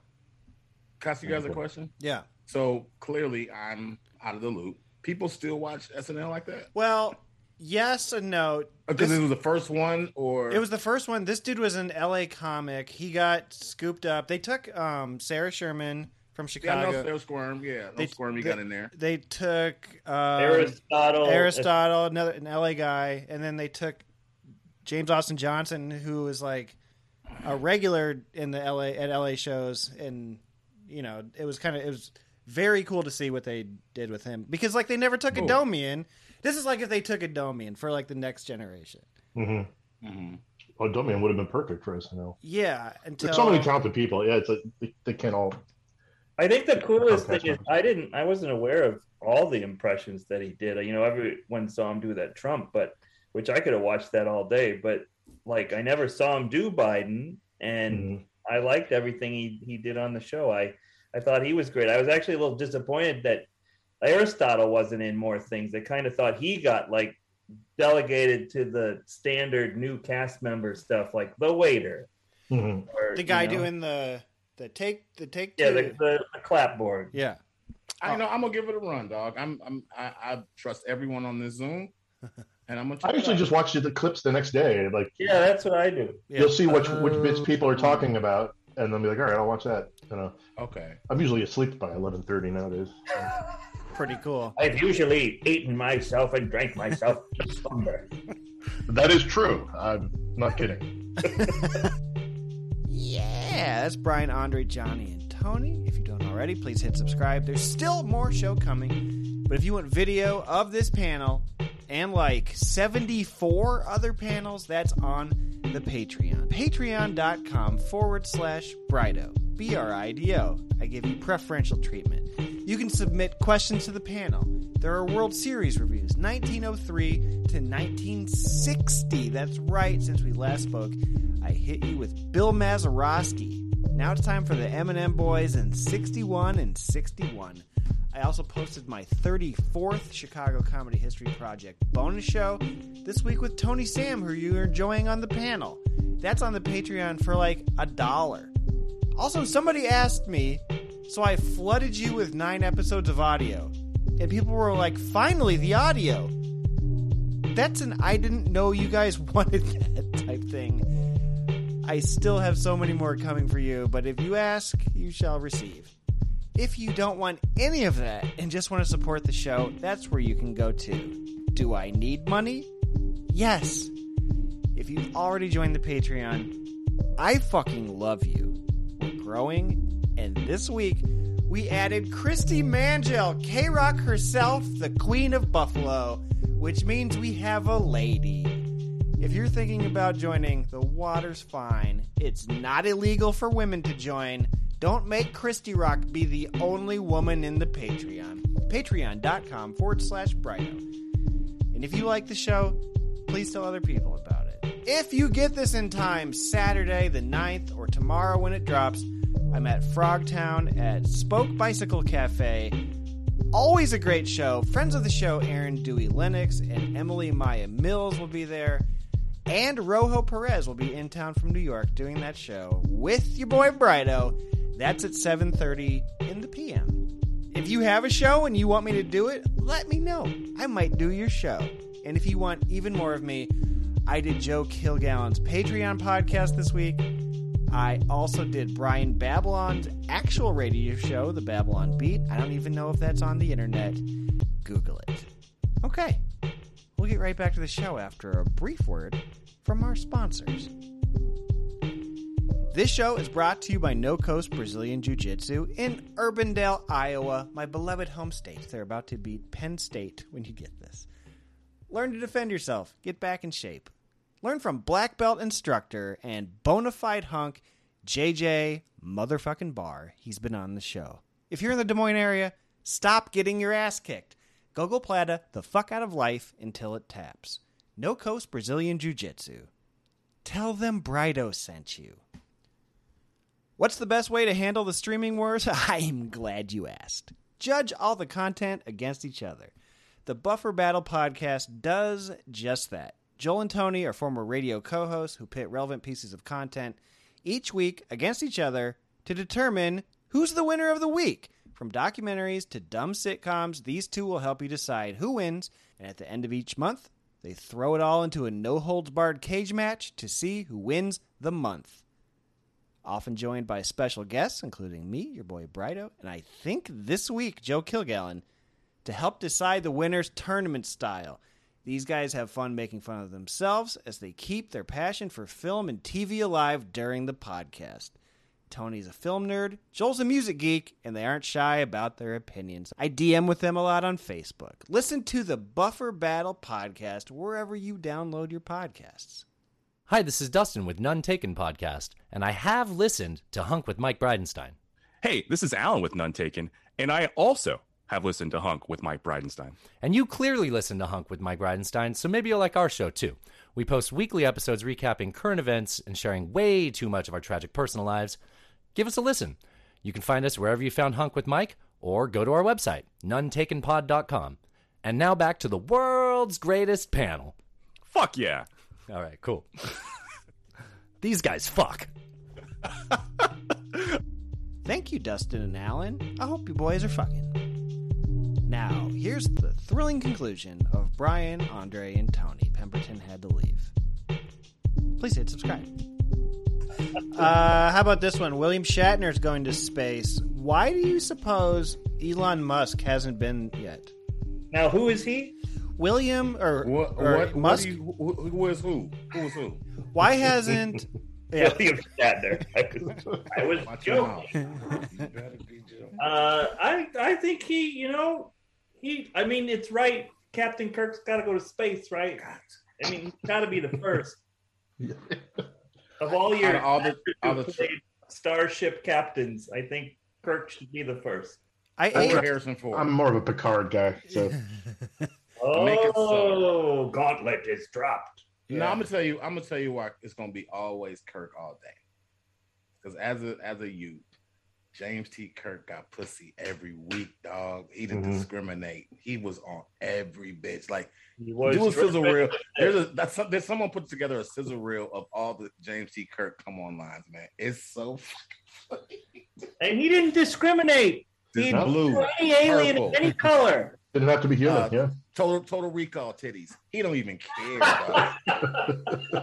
Can I ask you guys a question? Yeah. So clearly, I'm out of the loop. People still watch SNL like that Well, yes and no. because it was the first one, or It was the first one. This dude was an LA comic. He got scooped up. They took um, Sarah Sherman from Yeah, I know Chicago. Sarah Squirm. Yeah, no They- Squirm. You they- got in there. They took um, Aristotle. Aristotle, another an LA guy, and then they took James Austin Johnson, who was like a regular in the LA at LA shows, and you know it was kind of it was very cool to see what they did with him because like they never took a Cool. Domian. This is like if they took a Domian for like the next generation. Mhm. Mhm. Oh, Dumman would have been perfect for SNL. Yeah, There's so many talented people. Yeah, it's like they, they can't all. I think the coolest thing is I didn't I wasn't aware of all the impressions that he did. You know, everyone saw him do that Trump, but which I could have watched that all day, but like I never saw him do Biden and I liked everything he, he did on the show. I I thought he was great. I was actually a little disappointed that Aristotle wasn't in more things. I kind of thought he got like delegated to the standard new cast member stuff like the waiter. or, the guy you know, doing the the take the take yeah, two. the, the, the clapboard. Yeah. I know I'm gonna give it a run, dog. I'm I'm I, I trust everyone on this (laughs) Zoom, and I'm gonna. I check it usually out. just watch the clips the next day. Like, Yeah, that's what I do. you'll see which which bits people are talking about, and then be like, all right, I'll watch that. You know, Okay. I'm usually asleep by 11:30 nowadays. Pretty cool. I've usually eaten myself and drank myself to slumber. That is true. I'm not kidding. Yeah, that's Brian, Andre, Johnny, and Tony. If you don't already, please hit subscribe. There's still more show coming. But if you want video of this panel and like 74 other panels, that's on the Patreon. Patreon.com forward slash Brido. B R I D O. I give you preferential treatment. You can submit questions to the panel. There are World Series reviews, 1903 to 1960. That's right, since we last spoke, I hit you with Bill Mazeroski. Now it's time for the Eminem Boys in 61 and 61. I also posted my 34th Chicago Comedy History Project bonus show this week with Tony Sam, who you're enjoying on the panel. That's on the Patreon for like a dollar. Also, somebody asked me, so I flooded you with nine episodes of audio. And people were like, finally, the audio. That's an I didn't know you guys (laughs) wanted that type thing. I still have so many more coming for you, but if you ask, you shall receive. If you don't want any of that and just want to support the show, that's where you can go to. Do I need money? Yes. If you've already joined the Patreon, I fucking love you. We're growing, and this week we added Christy Mangel, K Rock herself, the Queen of Buffalo, which means we have a lady. If you're thinking about joining, the water's fine. It's not illegal for women to join. Don't make Christy Rock be the only woman in the Patreon. Patreon.com forward slash Brido. And if you like the show, please tell other people about it. If you get this in time, Saturday the 9th or tomorrow when it drops, I'm at Frogtown at Spoke Bicycle Cafe. Always a great show. Friends of the show, Aaron Dewey Lennox and Emily Maya Mills will be there. And Rojo Perez will be in town from New York doing that show with your boy Brido. That's at 7.30 in the p.m. If you have a show and you want me to do it, let me know. I might do your show. And if you want even more of me, I did Joe Kilgallen's Patreon podcast this week. I also did Brian Babylon's actual radio show, The Babylon Beat. I don't even know if that's on the internet. Google it. Okay, we'll get right back to the show after a brief word from our sponsors. This show is brought to you by No Coast Brazilian Jiu Jitsu in Urbandale, Iowa, my beloved home state. They're about to beat Penn State when you get this. Learn to defend yourself, get back in shape. Learn from black belt instructor and bona fide hunk JJ motherfucking Barr. He's been on the show. If you're in the Des Moines area, stop getting your ass kicked. Gogo Plata, the fuck out of life until it taps. No Coast Brazilian Jiu Jitsu. Tell them Brido sent you. What's the best way to handle the streaming wars? (laughs) I'm glad you asked. Judge all the content against each other. The Buffer Battle podcast does just that. Joel and Tony are former radio co hosts who pit relevant pieces of content each week against each other to determine who's the winner of the week. From documentaries to dumb sitcoms, these two will help you decide who wins, and at the end of each month, they throw it all into a no holds barred cage match to see who wins the month often joined by special guests, including me, your boy Brido, and I think this week, Joe Kilgallen, to help decide the winner's tournament style. These guys have fun making fun of themselves as they keep their passion for film and TV alive during the podcast. Tony's a film nerd, Joel's a music geek, and they aren't shy about their opinions. I DM with them a lot on Facebook. Listen to the Buffer Battle podcast wherever you download your podcasts. Hi, this is Dustin with None Taken Podcast, and I have listened to Hunk with Mike Bridenstine. Hey, this is Alan with None Taken, and I also have listened to Hunk with Mike Bridenstine. And you clearly listen to Hunk with Mike Bridenstine, so maybe you'll like our show too. We post weekly episodes recapping current events and sharing way too much of our tragic personal lives. Give us a listen. You can find us wherever you found Hunk with Mike or go to our website, nuntakenpod.com. And now back to the world's greatest panel. Fuck yeah. All right, cool. These guys fuck. Thank you, Dustin and Alan. I hope you boys are fucking. Now, here's the thrilling conclusion of Brian, Andre, and Tony. Pemberton had to leave. Please (laughs) hit subscribe. Uh, how about this one? William Shatner is going to space. Why do you suppose Elon Musk hasn't been yet? Now, who is he? (laughs) William or, What, or what, Musk? Musk? who, who is who? Who is who? Why (laughs) hasn't? William Shatner. I was (laughs) joking. Uh, I I think he, you know, he. I mean, it's right. Captain Kirk's got to go to space, right? I mean, he's got to be the first of all your Out of all the- actors all who the- played starship captains. I think Kirk should be the first. I'm more of a Picard guy. So Oh, Make it so. gauntlet is dropped. No, I'm gonna tell you. I'm gonna tell you why it's gonna be always Kirk all day. Because as a as a youth, James T. Kirk got pussy every week, dog. He didn't Mhm. discriminate. He was on every bitch. Like He was do a sizzle dripping. reel. There's a that's some- there's someone put together a sizzle reel of all the James T. Kirk come on lines, man. It's so And he didn't discriminate. He No. blue, Any alien of purple. any color. Didn't have to be human. Uh, yeah. Total total recall titties. He don't even care. dog.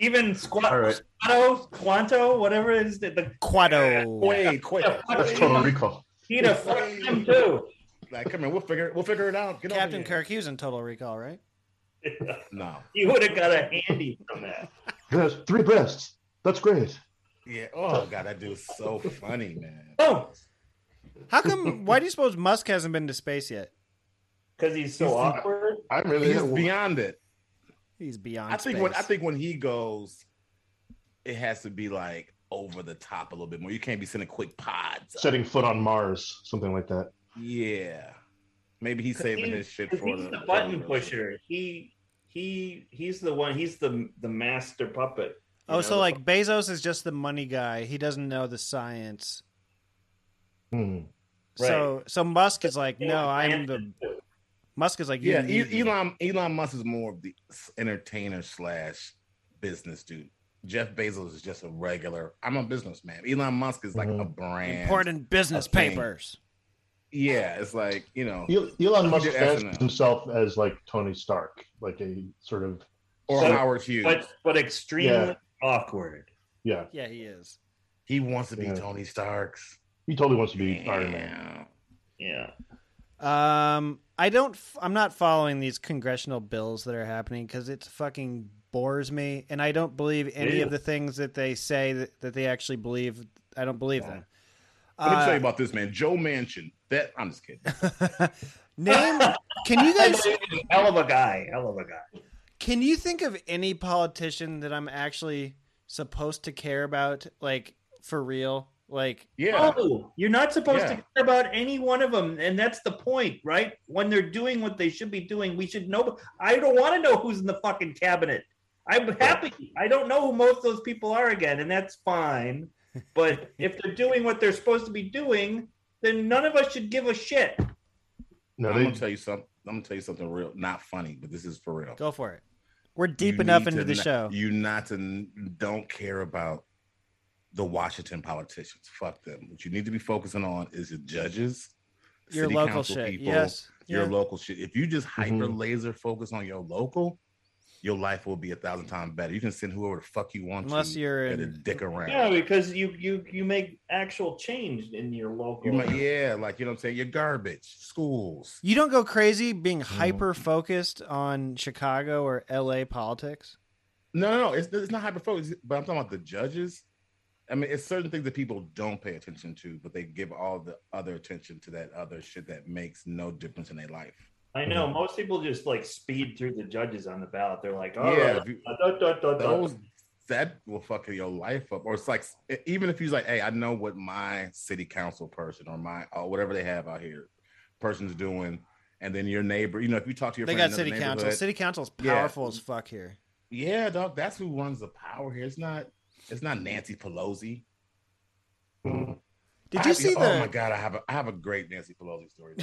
Even Squat, Quanto, Quanto, whatever it is, the, the Quado. Wait, wait. That's Total Recall. (laughs) He'd have fucked him too. Like, come here, we'll figure we'll figure it out. Get over Captain here. Kirk, he was in Total Recall, right? No. He would have got a handy from that. There's three breasts. That's great. Yeah. Oh god, that dude's so funny, man. Oh, How come? why do you suppose Musk hasn't been to space yet? Because he's so He's- awkward. I really He's beyond it. He's beyond. I think space. when I think when he goes, it has to be like over the top a little bit more. You can't be sending quick pods. up. Setting foot on Mars, something like that. Yeah. Maybe he's saving He- his shit 'cause for he's the button pusher. He he he's the one. He's the the master puppet. you Oh, know? so like Bezos is just the money guy. He doesn't know the science. Hmm. So so Musk is like, no, I'm the Musk is like, you Yeah, need E- me. Elon Elon Musk is more of the entertainer slash business dude. Jeff Bezos is just a regular. I'm a businessman. Elon Musk is like a brand. important business a thing. papers. Yeah, it's like you know El- E-, Elon he Musk did SNL. fancies himself as like Tony Stark, like a sort of or So- Howard Hughes. but- but extremely Yeah. awkward. yeah. Yeah, he is. He wants to be Yeah. Tony Stark's. He totally wants to be Iron Man. Yeah. Um, I don't. F- I'm not following these congressional bills that are happening because it fucking bores me, and I don't believe any Ew. of the things that they say that, that they actually believe. I don't believe them. Let me Uh, tell you about this man, Joe Manchin. That I'm just (laughs) kidding. Name? (laughs) Can you guys? Hell of a guy. Hell of a guy. Can you think of any politician that I'm actually supposed to care about, like for real? Like, No, Oh, you're not supposed Yeah. to care about any one of them, and that's the point, right? When they're doing what they should be doing, we should know. I don't want to know who's in the fucking cabinet. I'm happy. I don't know who most of those people are again, and that's (laughs) fine. But if they're doing what they're supposed to be doing, then none of us should give a shit. No, I'm they- gonna tell you something. I'm gonna tell you something real, not funny, but this is for real. Go for it. We're deep You enough need into to the not- show. You not to n- don't care about the Washington politicians. Fuck them. What you need to be focusing on is your judges, Your local shit, yes, your yeah. local shit. If you just Mm-hmm. hyper laser focus on your local, your life will be a thousand times better. You can send whoever the fuck you want Unless to you're and in- to dick around. Yeah, because you you you make actual change in your local. You might, yeah, like you know what I'm saying. You're garbage. Schools. You don't go crazy being hyper focused on Chicago or LA politics. No, no, no. It's, it's not hyper focused, but I'm talking about the judges. I mean, it's certain things that people don't pay attention to, but they give all the other attention to that other shit that makes no difference in their life. I know most people just like speed through the judges on the ballot. They're like, oh, yeah, if you- those- that will fuck your life up. Or it's like even if he's like, hey, I know what my city council person or my or whatever they have out here person's doing, and then your neighbor, you know, if you talk to your They friend got in another city council. neighborhood- City council's Yeah. powerful as fuck here. Yeah, dog. That's who runs the power here. It's not. It's not Nancy Pelosi. Did I- you see Oh the- my god, I have a I have a great Nancy Pelosi (laughs) story.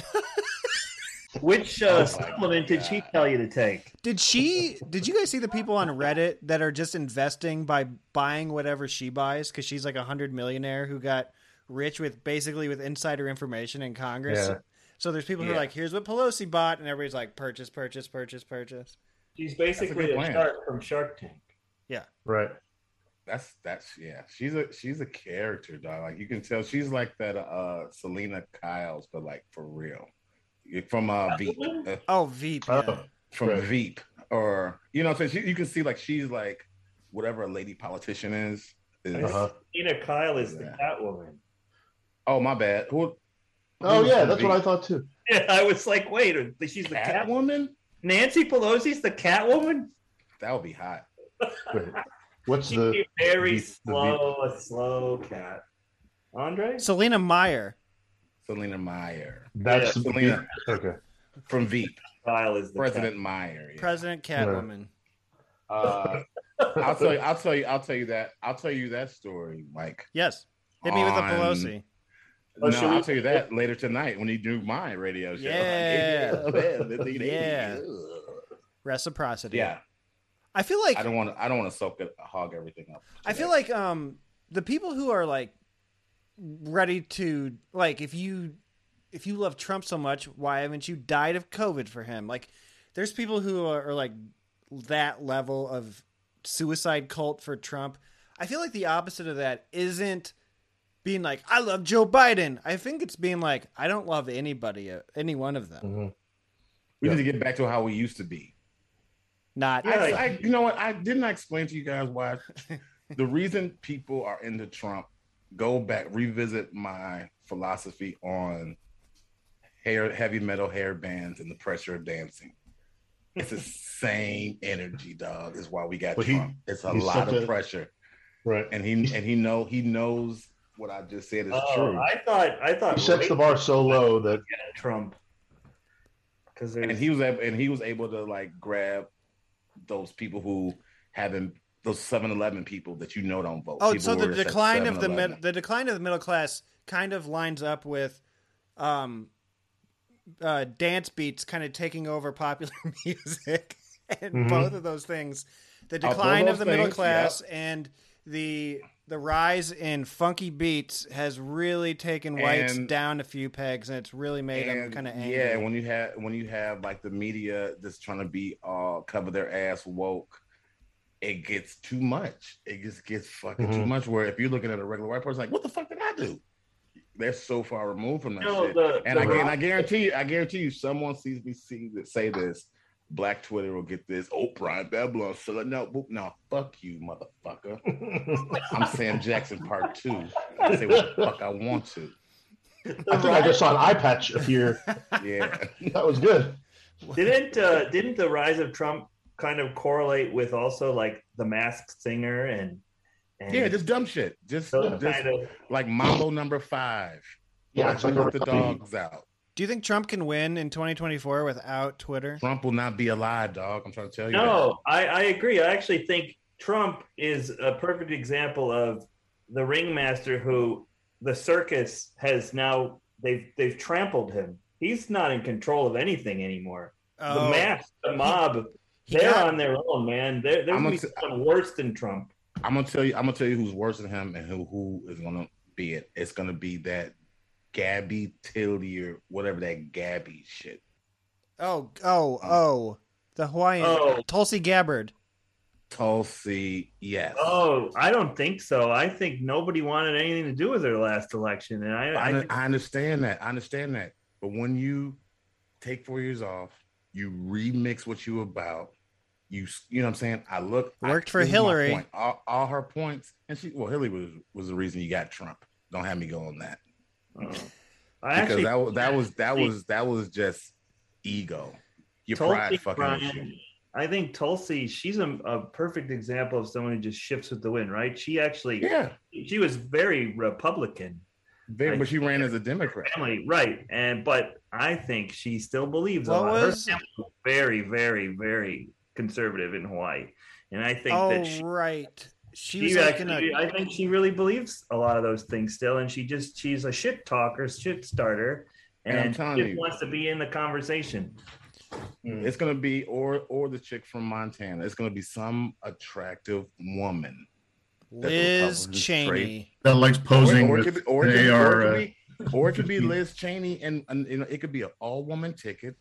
Which Oh uh, my supplement did she tell you to take? Did she? Did you guys see the people on Reddit that are just investing by buying whatever she buys because she's like a hundred millionaire who got rich with basically with insider information in Congress. Yeah. So there's people who are Yeah. like, "Here's what Pelosi bought," and everybody's like, "Purchase, purchase, purchase, purchase." She's basically a, shark from Shark Tank. Yeah. Right. That's that's yeah. She's a she's a character, dog. Like you can tell, she's like that uh Selena Kyles, but like for real, from uh Veep. Oh, Veep. Oh, from right. Veep, or you know, what I'm saying she, you can see like she's like whatever a lady politician is. is- Uh-huh. Selena Kyle is the Catwoman. Oh my bad. Who, Oh who's yeah, the that's what I Veep? thought too. (laughs) Yeah, I was like, wait, uh, she's the Catwoman. Nancy Pelosi's the Catwoman. That would be hot. Wait, what's the the- Very the slow, a slow cat. Andre. Selena Meyer. Selena Meyer. That's Yeah, Veep. Selena okay. from Veep. Kyle is the President Meyer. yeah. President Catwoman. Uh, I'll tell you. I'll tell you. I'll tell you that. I'll tell you that story, Mike. Yes. Hit me with the on- Pelosi. No, Oh, should we- I'll tell you that later tonight when you do my radio show. Yeah. (laughs) (laughs) yeah. Yeah. Oh, Reciprocity. Yeah. I feel like I don't want to. I don't want to soak it, hog everything up. I feel like um the people who are like ready to like if you if you love Trump so much, why haven't you died of COVID for him? Like there's people who are, are like that level of suicide cult for Trump. I feel like the opposite of that isn't being like I love Joe Biden. I think it's being like I don't love anybody uh, any one of them. we need to get back to how we used to be. Not I, I, you know what? I didn't I explain to you guys (laughs) why the reason people are into Trump. Go back, revisit my philosophy on hair, heavy metal hair bands, and the pressure of dancing. It's the same energy, dog. Is why we got But he- Trump. it's a he's lot such of a- pressure, Right. and he and he know he knows what I just said is Oh, true. I thought. I thought. He sets the bar so low that Trump. Because and he was ab- and he was able to like grab those people who haven't those 7-Eleven people that you know don't vote. Oh, People so who the were just at decline of the 7-Eleven. mid, the decline of the middle class kind of lines up with, um, uh, dance beats kind of taking over popular (laughs) music, and Mm-hmm. Mhm. both of those things, the Uh, both decline those of the middle things, class and the the rise in funky beats has really taken whites And- down a few pegs, and it's really made them And, kind of angry. Yeah, and when you have when you have like the media just trying to be all cover their ass woke, it gets too much. It just gets fucking too Mhm. much. Where if you're looking at a regular white person, like, what the fuck did I do? They're so far removed from that No, shit. the- and the- I, gu- and I guarantee you, I guarantee you, someone sees me see that say this. Black Twitter will get this. Oh, Brian Babylon selling out. Boop. No, fuck you, motherfucker. I'm Sam Jackson Part Two. I say what the fuck I want to. I think I just saw an eye patch appear. Yeah. That was good. didn't uh, didn't the rise of Trump kind of correlate with also like the Masked Singer and, and Yeah, just dumb shit. Just, Those just kind of- like Mambo number five. Yeah, Like, it's like let a- the dogs out. Do you think Trump can win in 2024 without Twitter? Trump will not be alive, dog. I'm trying to tell you. no, I, I agree. I actually think Trump is a perfect example of the ringmaster who the circus has now they've they've trampled him. He's not in control of anything anymore. Oh. The mass, the mob, he they're got- on their own, man. They're, they're I'm gonna be gonna- someone worse than Trump. that. I'm gonna tell you. I'm gonna tell you who's worse than him and who who is gonna be it. It's gonna be that Gabby Tillier, whatever that Gabby shit. Oh, oh, oh, the Hawaiian Oh. Tulsi Gabbard. Tulsi, yes. Oh, I don't think so. I think nobody wanted anything to do with their last election, and I, I, I, think- I understand that. I understand that. But when you take four years off, you remix what you about. You you know what I'm saying? I look I- Worked for this is my Hillary. point. All, all her points, and she well, Hillary was was the reason you got Trump. Don't have me go on that oh. I because actually that was that was that was that was just ego, your Tulsi pride fucking with Bryant, you. I think Tulsi, she's a, a perfect example of someone who just shifts with the wind, right? She actually, Yeah. she was very Republican. Very- but she ran as a Democrat. Family, right? And but I think she still believes a What lot. Her was- family was very, very, very conservative in Hawaii, and I think Oh, that she, right. She she was like in actually- a. I think she really believes a lot of those things still, and she just she's a shit talker, shit starter, And I'm and, telling just you. wants to be in the conversation. It's gonna be or or the chick from Montana. It's gonna be some attractive woman. that the Liz Republicans Cheney. trade. That likes posing Or, or it with could be, or, it an could be- or it AR, could be- or it (laughs) could be uh, Liz Cheney, and, and you know it could be an all woman ticket.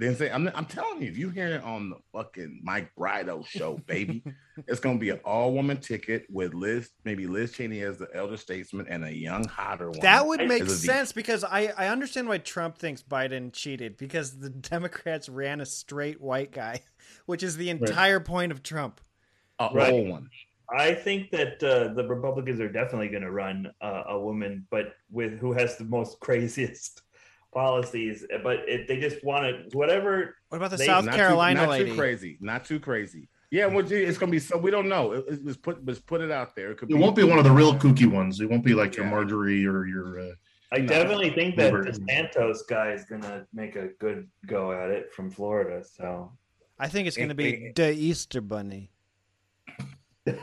Then say, I'm, I'm telling you, if you hear it on the fucking Mike Brido show, (laughs) baby, it's gonna be an all woman ticket with Liz, maybe Liz Cheney as the elder statesman and a young hotter one. That would make as a- sense because I, I understand why Trump thinks Biden cheated because the (laughs) Democrats ran a straight white guy, (laughs) which is the entire point of Trump. A Right. old one. I think that uh, the Republicans are definitely going to run uh, a woman, but with who has the most (laughs) craziest policies. But it, they just want to whatever. What about They- not too- not Too crazy, not too crazy. Yeah, well, gee, it's gonna be so we don't know. It, it, let's put let's put it out there. It, could It won't be one of the real kooky ones. It won't be like your Marjorie or your. Uh, I No. definitely think that Never. the Santos guy is going to make a good go at it from Florida. So I think it's going to Eh, eh, be the Easter Bunny. (laughs) the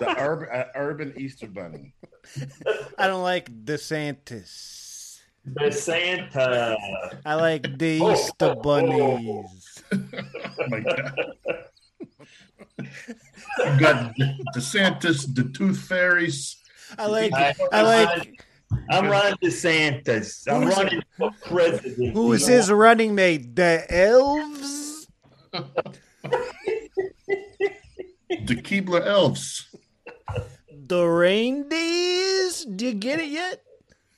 the urban uh, urban Easter bunny. I don't like DeSantis. the Santa. I like the Easter bunnies. You've got DeSantis, the Tooth Fairies. I like. I- I, like. I'm running DeSantis. I'm Who's- running for president. Who is his running mate? The elves. the Keebler Elves. The reindeers. Do you get it yet?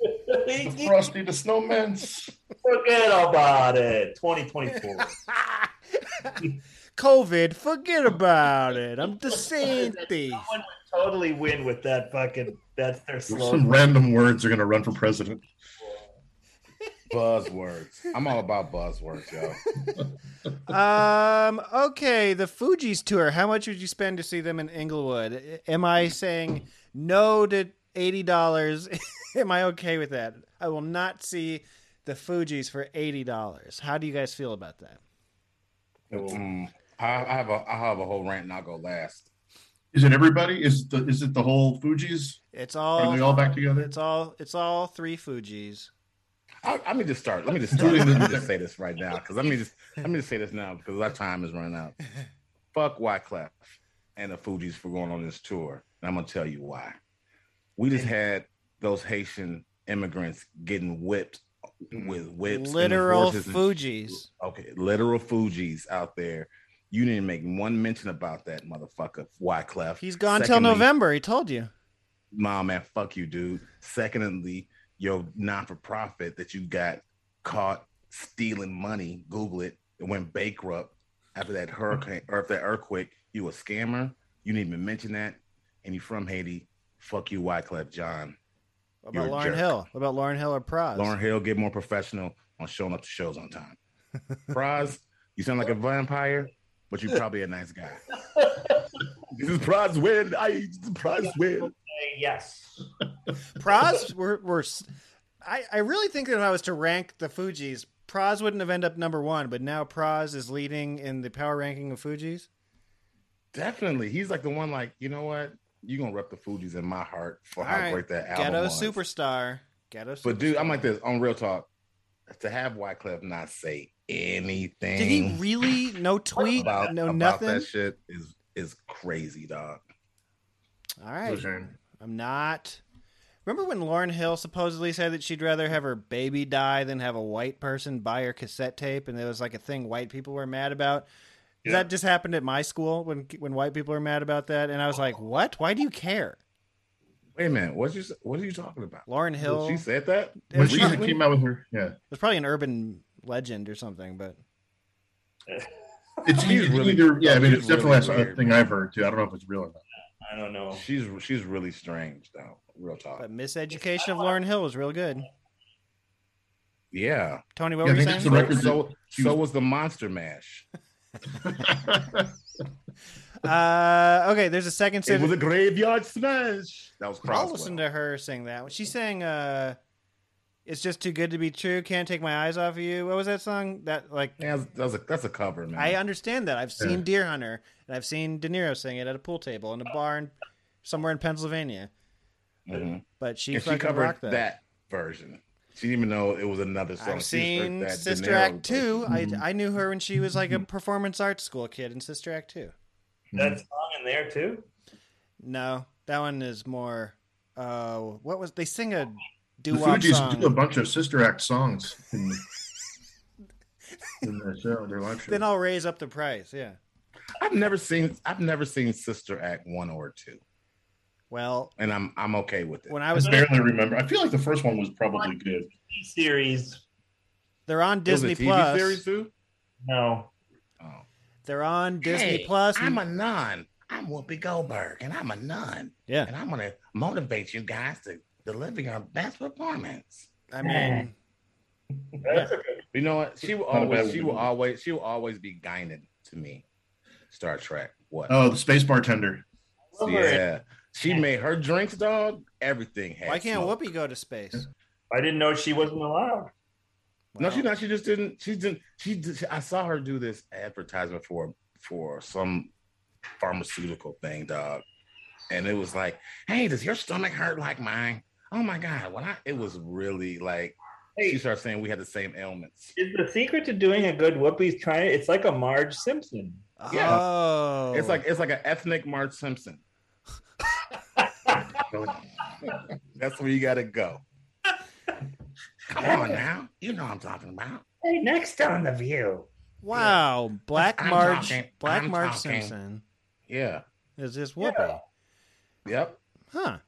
The Frosty the Snowman's. Forget about it. 2024. COVID. Forget about it. I'm DeSantis. (laughs) totally win with that fucking. That's their slogan. Some random words are going to run for president. Buzzwords. I'm all about buzzwords, yo. Um. Okay. The Fuji's tour. How much would you spend to see them in Inglewood? Am I saying no to eighty dollars? (laughs) Am I okay with that? I will not see the Fuji's for eighty dollars. How do you guys feel about that? Mm, I, I have a I have a whole rant and I'll go last. Is it everybody? Is the is it the whole Fuji's? It's all. Are they all back together? It's all. It's all three Fuji's. I, I mean, just start. Let me just start. let me just say this right now because let me just let me just say this now because our time is running out. Fuck Wyclef and the Fugees for going on this tour, and I'm gonna tell you why. We just had those Haitian immigrants getting whipped with whips, and Literal horses and- Fuji's. okay, literal Fugees out there. You didn't make one mention about that motherfucker Wyclef. He's gone till Secondly, November. He told you. Mom, man, fuck you, dude. Secondly, your non for profit that you got caught stealing money, Google it, it went bankrupt after that hurricane or after that earthquake. You a scammer. You didn't even mention that. And you from Haiti. Fuck you, Wyclef John. What You're about a Lauren jerk. Hill? What about Lauren Hill or Proz? Lauren Hill, get more professional on showing up to shows on time. Proz, you sound like a vampire, but you're probably a nice guy. this is Proz win. I Proz win. yes. Pros were, were s- I, I really think that if I was to rank the Fuji's, Pros wouldn't have ended up number one, but now Pros is leading in the power ranking of Fuji's. Definitely. He's like the one like, you know what? You're gonna rep the Fugees in my heart for how Alright, great that album Ghetto was. superstar. Ghetto superstar. But dude, I'm like this on real talk. To have Wyclef not say anything Did he really? No (laughs) tweet? about, no about nothing? that shit is is crazy, dog. All right. I'm not. Remember when Lauren Hill supposedly said that she'd rather have her baby die than have a white person buy her cassette tape, and there was like a thing white people were mad about. That just happened at my school when when white people were mad about that, and I was like, "What? Why do you care?" Wait a minute, what's you what are you talking about? Lauren Hill. She said that? When she Recently? came out with her, yeah, It's probably an urban legend or something, but it's She's either, really- either- yeah. I mean, she's it's definitely really a thing I've heard too. I don't know if it's real or not. I don't know. She's she's really strange though. Real talk. but miseducation of Lauren Hill was real good. Yeah. Tony, what Yeah, were you I think saying? that's the record So, that she so was- was the Monster (laughs) Mash. Uh, okay, there's a second. It was a graveyard smash. That was I'll Croswell. listen to her sing that. She's saying, uh, "It's just too good to be true. Can't take my eyes off of you." What was that song? That like yeah, that's a that's a cover, man. I understand that. I've seen Yeah. Deer Hunter and I've seen De Niro sing it at a pool table in a bar in, somewhere in Pennsylvania. Mhm. But she And fucking covered rocked that. version. She didn't even know it was another song. I've She just heard seen that De Sister Niro Mm-hmm. Act Two. I version. I knew her when she was like a performance arts school kid in Sister Act Two. That song in there too. No, that one is more. Uh, what was they sing a The doo wop Fugees song? do a bunch of Sister Act songs in, in their show, their live show. Then I'll raise up the price. Yeah. I've never seen I've never seen Sister Act one or two, Well, and I'm I'm okay with it. when I was the first one was probably good. Series. They're on It was a Disney TV Plus. series, too? No. They're on Disney Hey, Plus. I'm a nun. I'm Whoopi Goldberg, and I'm a nun. Yeah. And I'm gonna motivate you guys to deliver your best performance. I mean, you know what? She will Not a bad always, she one. will always, she will always be guided to me. Star Trek. What? Oh, the space bartender. Yeah. She made her drinks, dog. Everything had. Why can't smoke. Whoopi go to space? I didn't know she wasn't allowed. No, she not. She just didn't. She didn't. She. Did, I saw her do this advertisement for for some pharmaceutical thing, dog, and it was like, "Hey, does your stomach hurt like mine? Oh my god!" When I, it was really like, she started saying we had the same ailments. Is the secret to doing a good whoopee is trying? It's like a Marge Simpson. Yeah, Oh. it's like it's like an ethnic Marge Simpson. That's where you gotta go. Come on now, you know what I'm talking about. Hey, next on the View. Wow, Black I'm Marge, talking. Black I'm Marge talking. Simpson Yeah. is this Whoopi? Yep. Huh.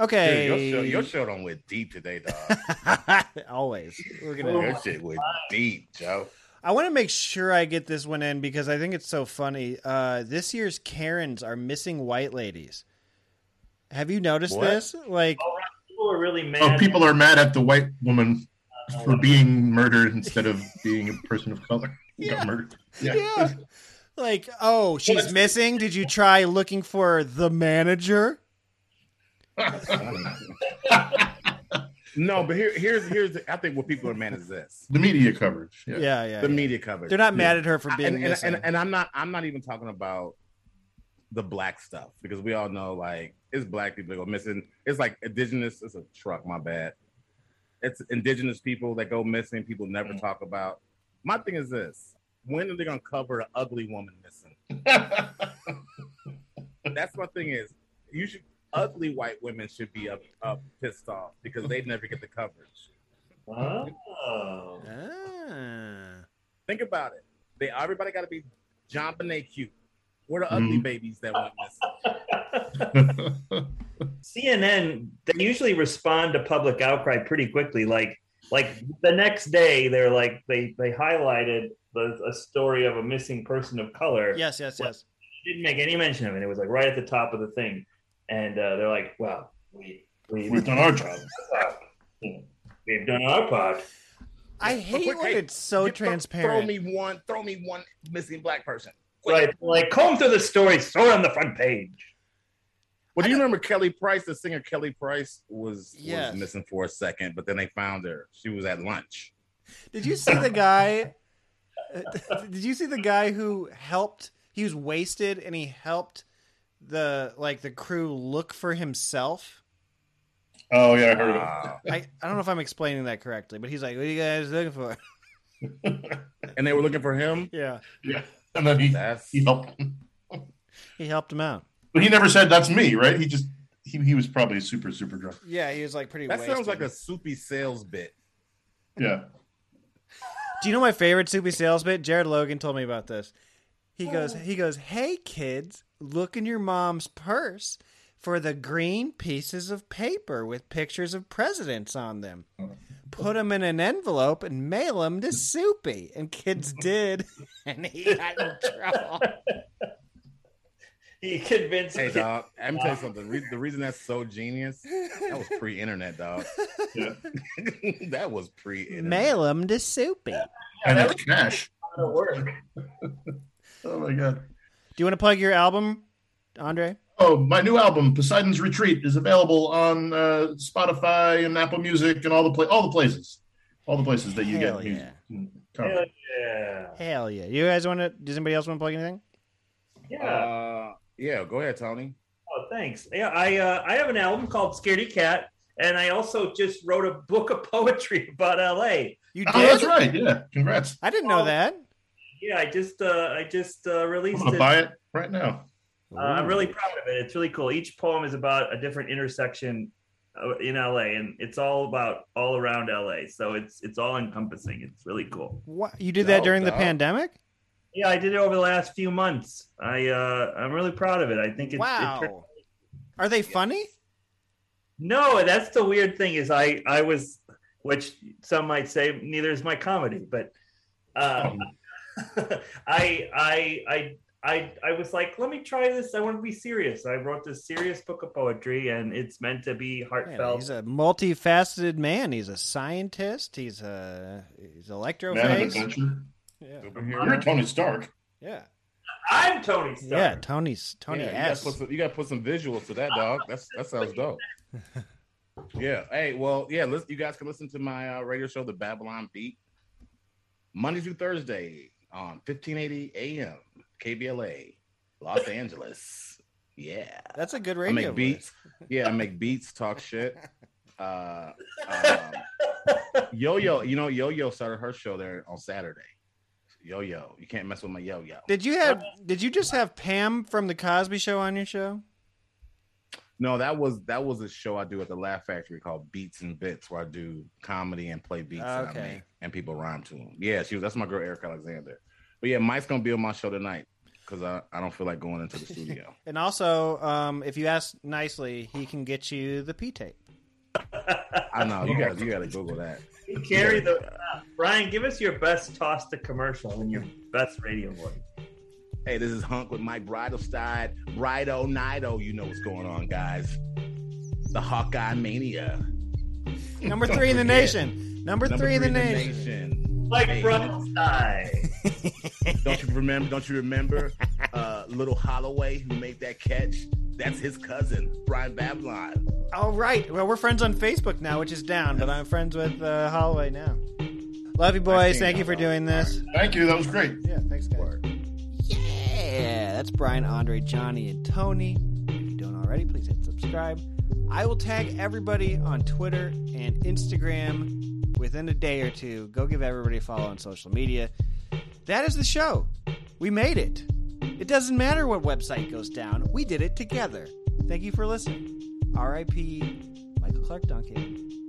Okay. Dude, your, show, your show done went deep today, dog. (laughs) Always. We're gonna- Your shit went deep, Joe. I want to make sure I get this one in because I think it's so funny. Uh, this year's Karens are missing white ladies. Have you noticed What? this? Like, Oh, people are really mad. Oh, people are mad at the white woman for being murdered instead of being a person of color. Got murdered. Yeah. (laughs) like, oh, she's missing. Did you try looking for the manager? No, but here, here's here's the, I think what people are mad is this. The media coverage. Yeah, yeah. the yeah. media coverage. They're not mad at her for I- being and, and, missing. and, and I'm not I'm not even talking about the black stuff because we all know like it's black people that go missing. It's like indigenous. It's a truck. My bad. It's indigenous people that go missing. People never Mm. talk about. My thing is this: when are they gonna cover an ugly woman (laughs) missing? That's my thing is you should ugly white women should be up, up pissed off because they never get the coverage. Oh. Ah. Think about it. They everybody got to be jumping they cute. We're the ugly Mhm. babies that went CNN they usually respond to public outcry pretty quickly. Like like the next day, they're like they they highlighted the, a story of a missing person of color. Yes, yes, yes. They didn't make any mention of it. It was like right at the top of the thing, and uh, they're like, "Wow, we, we We've done our job. (laughs) We've done our part." I hate quick, when hey, it's so Throw transparent. me one. Throw me one missing black person. Right? Like comb through the stories, throw it on the front page. Well, do you remember Kelly Price? The singer Kelly Price was Yes. was missing for a second, but then they found her. She was at lunch. Did you see the guy? uh, did you see the guy who helped? He was wasted, and he helped the like the crew look for himself. Oh yeah, I heard Wow. I, I don't know if I'm explaining that correctly, but he's like, "What are you guys looking for?" (laughs) and they were looking for him. Yeah, Yeah. And then he, he helped. he helped him out. But he never said that's me, right? He just he, he was probably super super drunk. Yeah, he was like pretty. That sounds wasted. like a soupy sales (laughs) bit. Yeah. Do you know my favorite Soupy sales bit? Jared Logan told me about this. He goes, he goes, hey kids, look in your mom's purse for the green pieces of paper with pictures of presidents on them. Put them in an envelope and mail them (laughs) to Soupy. And kids did, and he got in trouble. He convinced Hey, me. dog. Let me tell you something. Re- the reason that's so genius, that was pre-internet, dog. (laughs) that was pre-internet. Mail him to Soupy. And that's (laughs) cash. Oh my god. Do you want to plug your album, Andre? Oh, my new album, Poseidon's Retreat, is available on uh, Spotify and Apple Music and all the pla- all the places, all the places that you Hell get music. and comedy. Hell yeah. Hell yeah! You guys want to? Does anybody else want to plug anything? Yeah. Uh, yeah. Go ahead, Tony. Oh, thanks. Yeah, I uh, I have an album called Scaredy Cat, and I also just wrote a book of (laughs) poetry about LA. You Oh, that's right. Yeah. Congrats. I didn't know that. Yeah, I just uh, I just uh, released I'm it. gonna buy it right now. Uh, I'm really proud of it. It's really cool. Each poem is about a different intersection uh, in LA, and it's all about all around LA. So it's it's all encompassing. It's really cool. What you did that No, during the no. pandemic? Yeah, I did it over the last few months. I uh, I'm really proud of it. I think it, Wow. it turned- Are they funny? No, that's the weird thing is I I was, which some might say neither is my comedy, but uh, Um, (laughs) I I I I I was like, let me try this. I want to be serious. I wrote this serious book of poetry, and it's meant to be Yeah, heartfelt. he's a multifaceted man. He's a scientist. He's a he's Man electrophase. of adventure. Yeah. You're Tony Stark. Yeah. I'm Tony Stark. Yeah, Tony's Tony Yeah, S. You gotta, put some, you gotta put some visuals to that, dog. That's that sounds dope. Yeah. Hey. Well. Yeah. Listen, you guys can listen to my uh, radio show, The Babylon Beat, Monday through Thursday on 1580 AM KBLA, Los Angeles. Yeah. That's a good I radio. make beats. Yeah, I (laughs) make beats. Talk shit. Uh, um, yo yo, you know Yo Yo started her show there on Saturday. Yo yo, you can't mess with my yo yo. Did you have? Did you just have Pam from the Cosby Show on your show? No, that was that was a show I do at the Laugh Factory called Beats and Bits, where I do comedy and play beats that I Okay. make, and people rhyme to them. Yeah, she was. That's my girl Eric Alexander. But yeah, Mike's gonna be on my show tonight because I, I don't feel like going into the studio. And also, um, if you ask nicely, he can get you the P tape. I know you got to you got to Google that. You carry the Brian. Give us your best toss to commercial and your best radio voice. Hey, this is Hunk with Mike Bridlestad, Brido Nido. You know what's going on, guys. The Hawkeye Mania. Number Don't three in the forget. nation. Number, three, in the nation. Like Hey. don't you remember? Don't you remember? Uh, Little Holloway who made that catch. That's his cousin, Brian Babylon. All right. Well, we're friends on Facebook now, which is down, but I'm friends with uh, Holloway now. Love you, boys. Thank you for doing this. Thank you. That was great. Yeah, thanks, guys. Yeah, that's Brian, Andre, Johnny, and Tony. If you don't already, please hit subscribe. I will tag everybody on Twitter and Instagram within a day or two. Go give everybody a follow on social media. That is the show. We made it. It doesn't matter what website goes down, we did it together. Thank you for listening. RIP Michael Clark Duncan.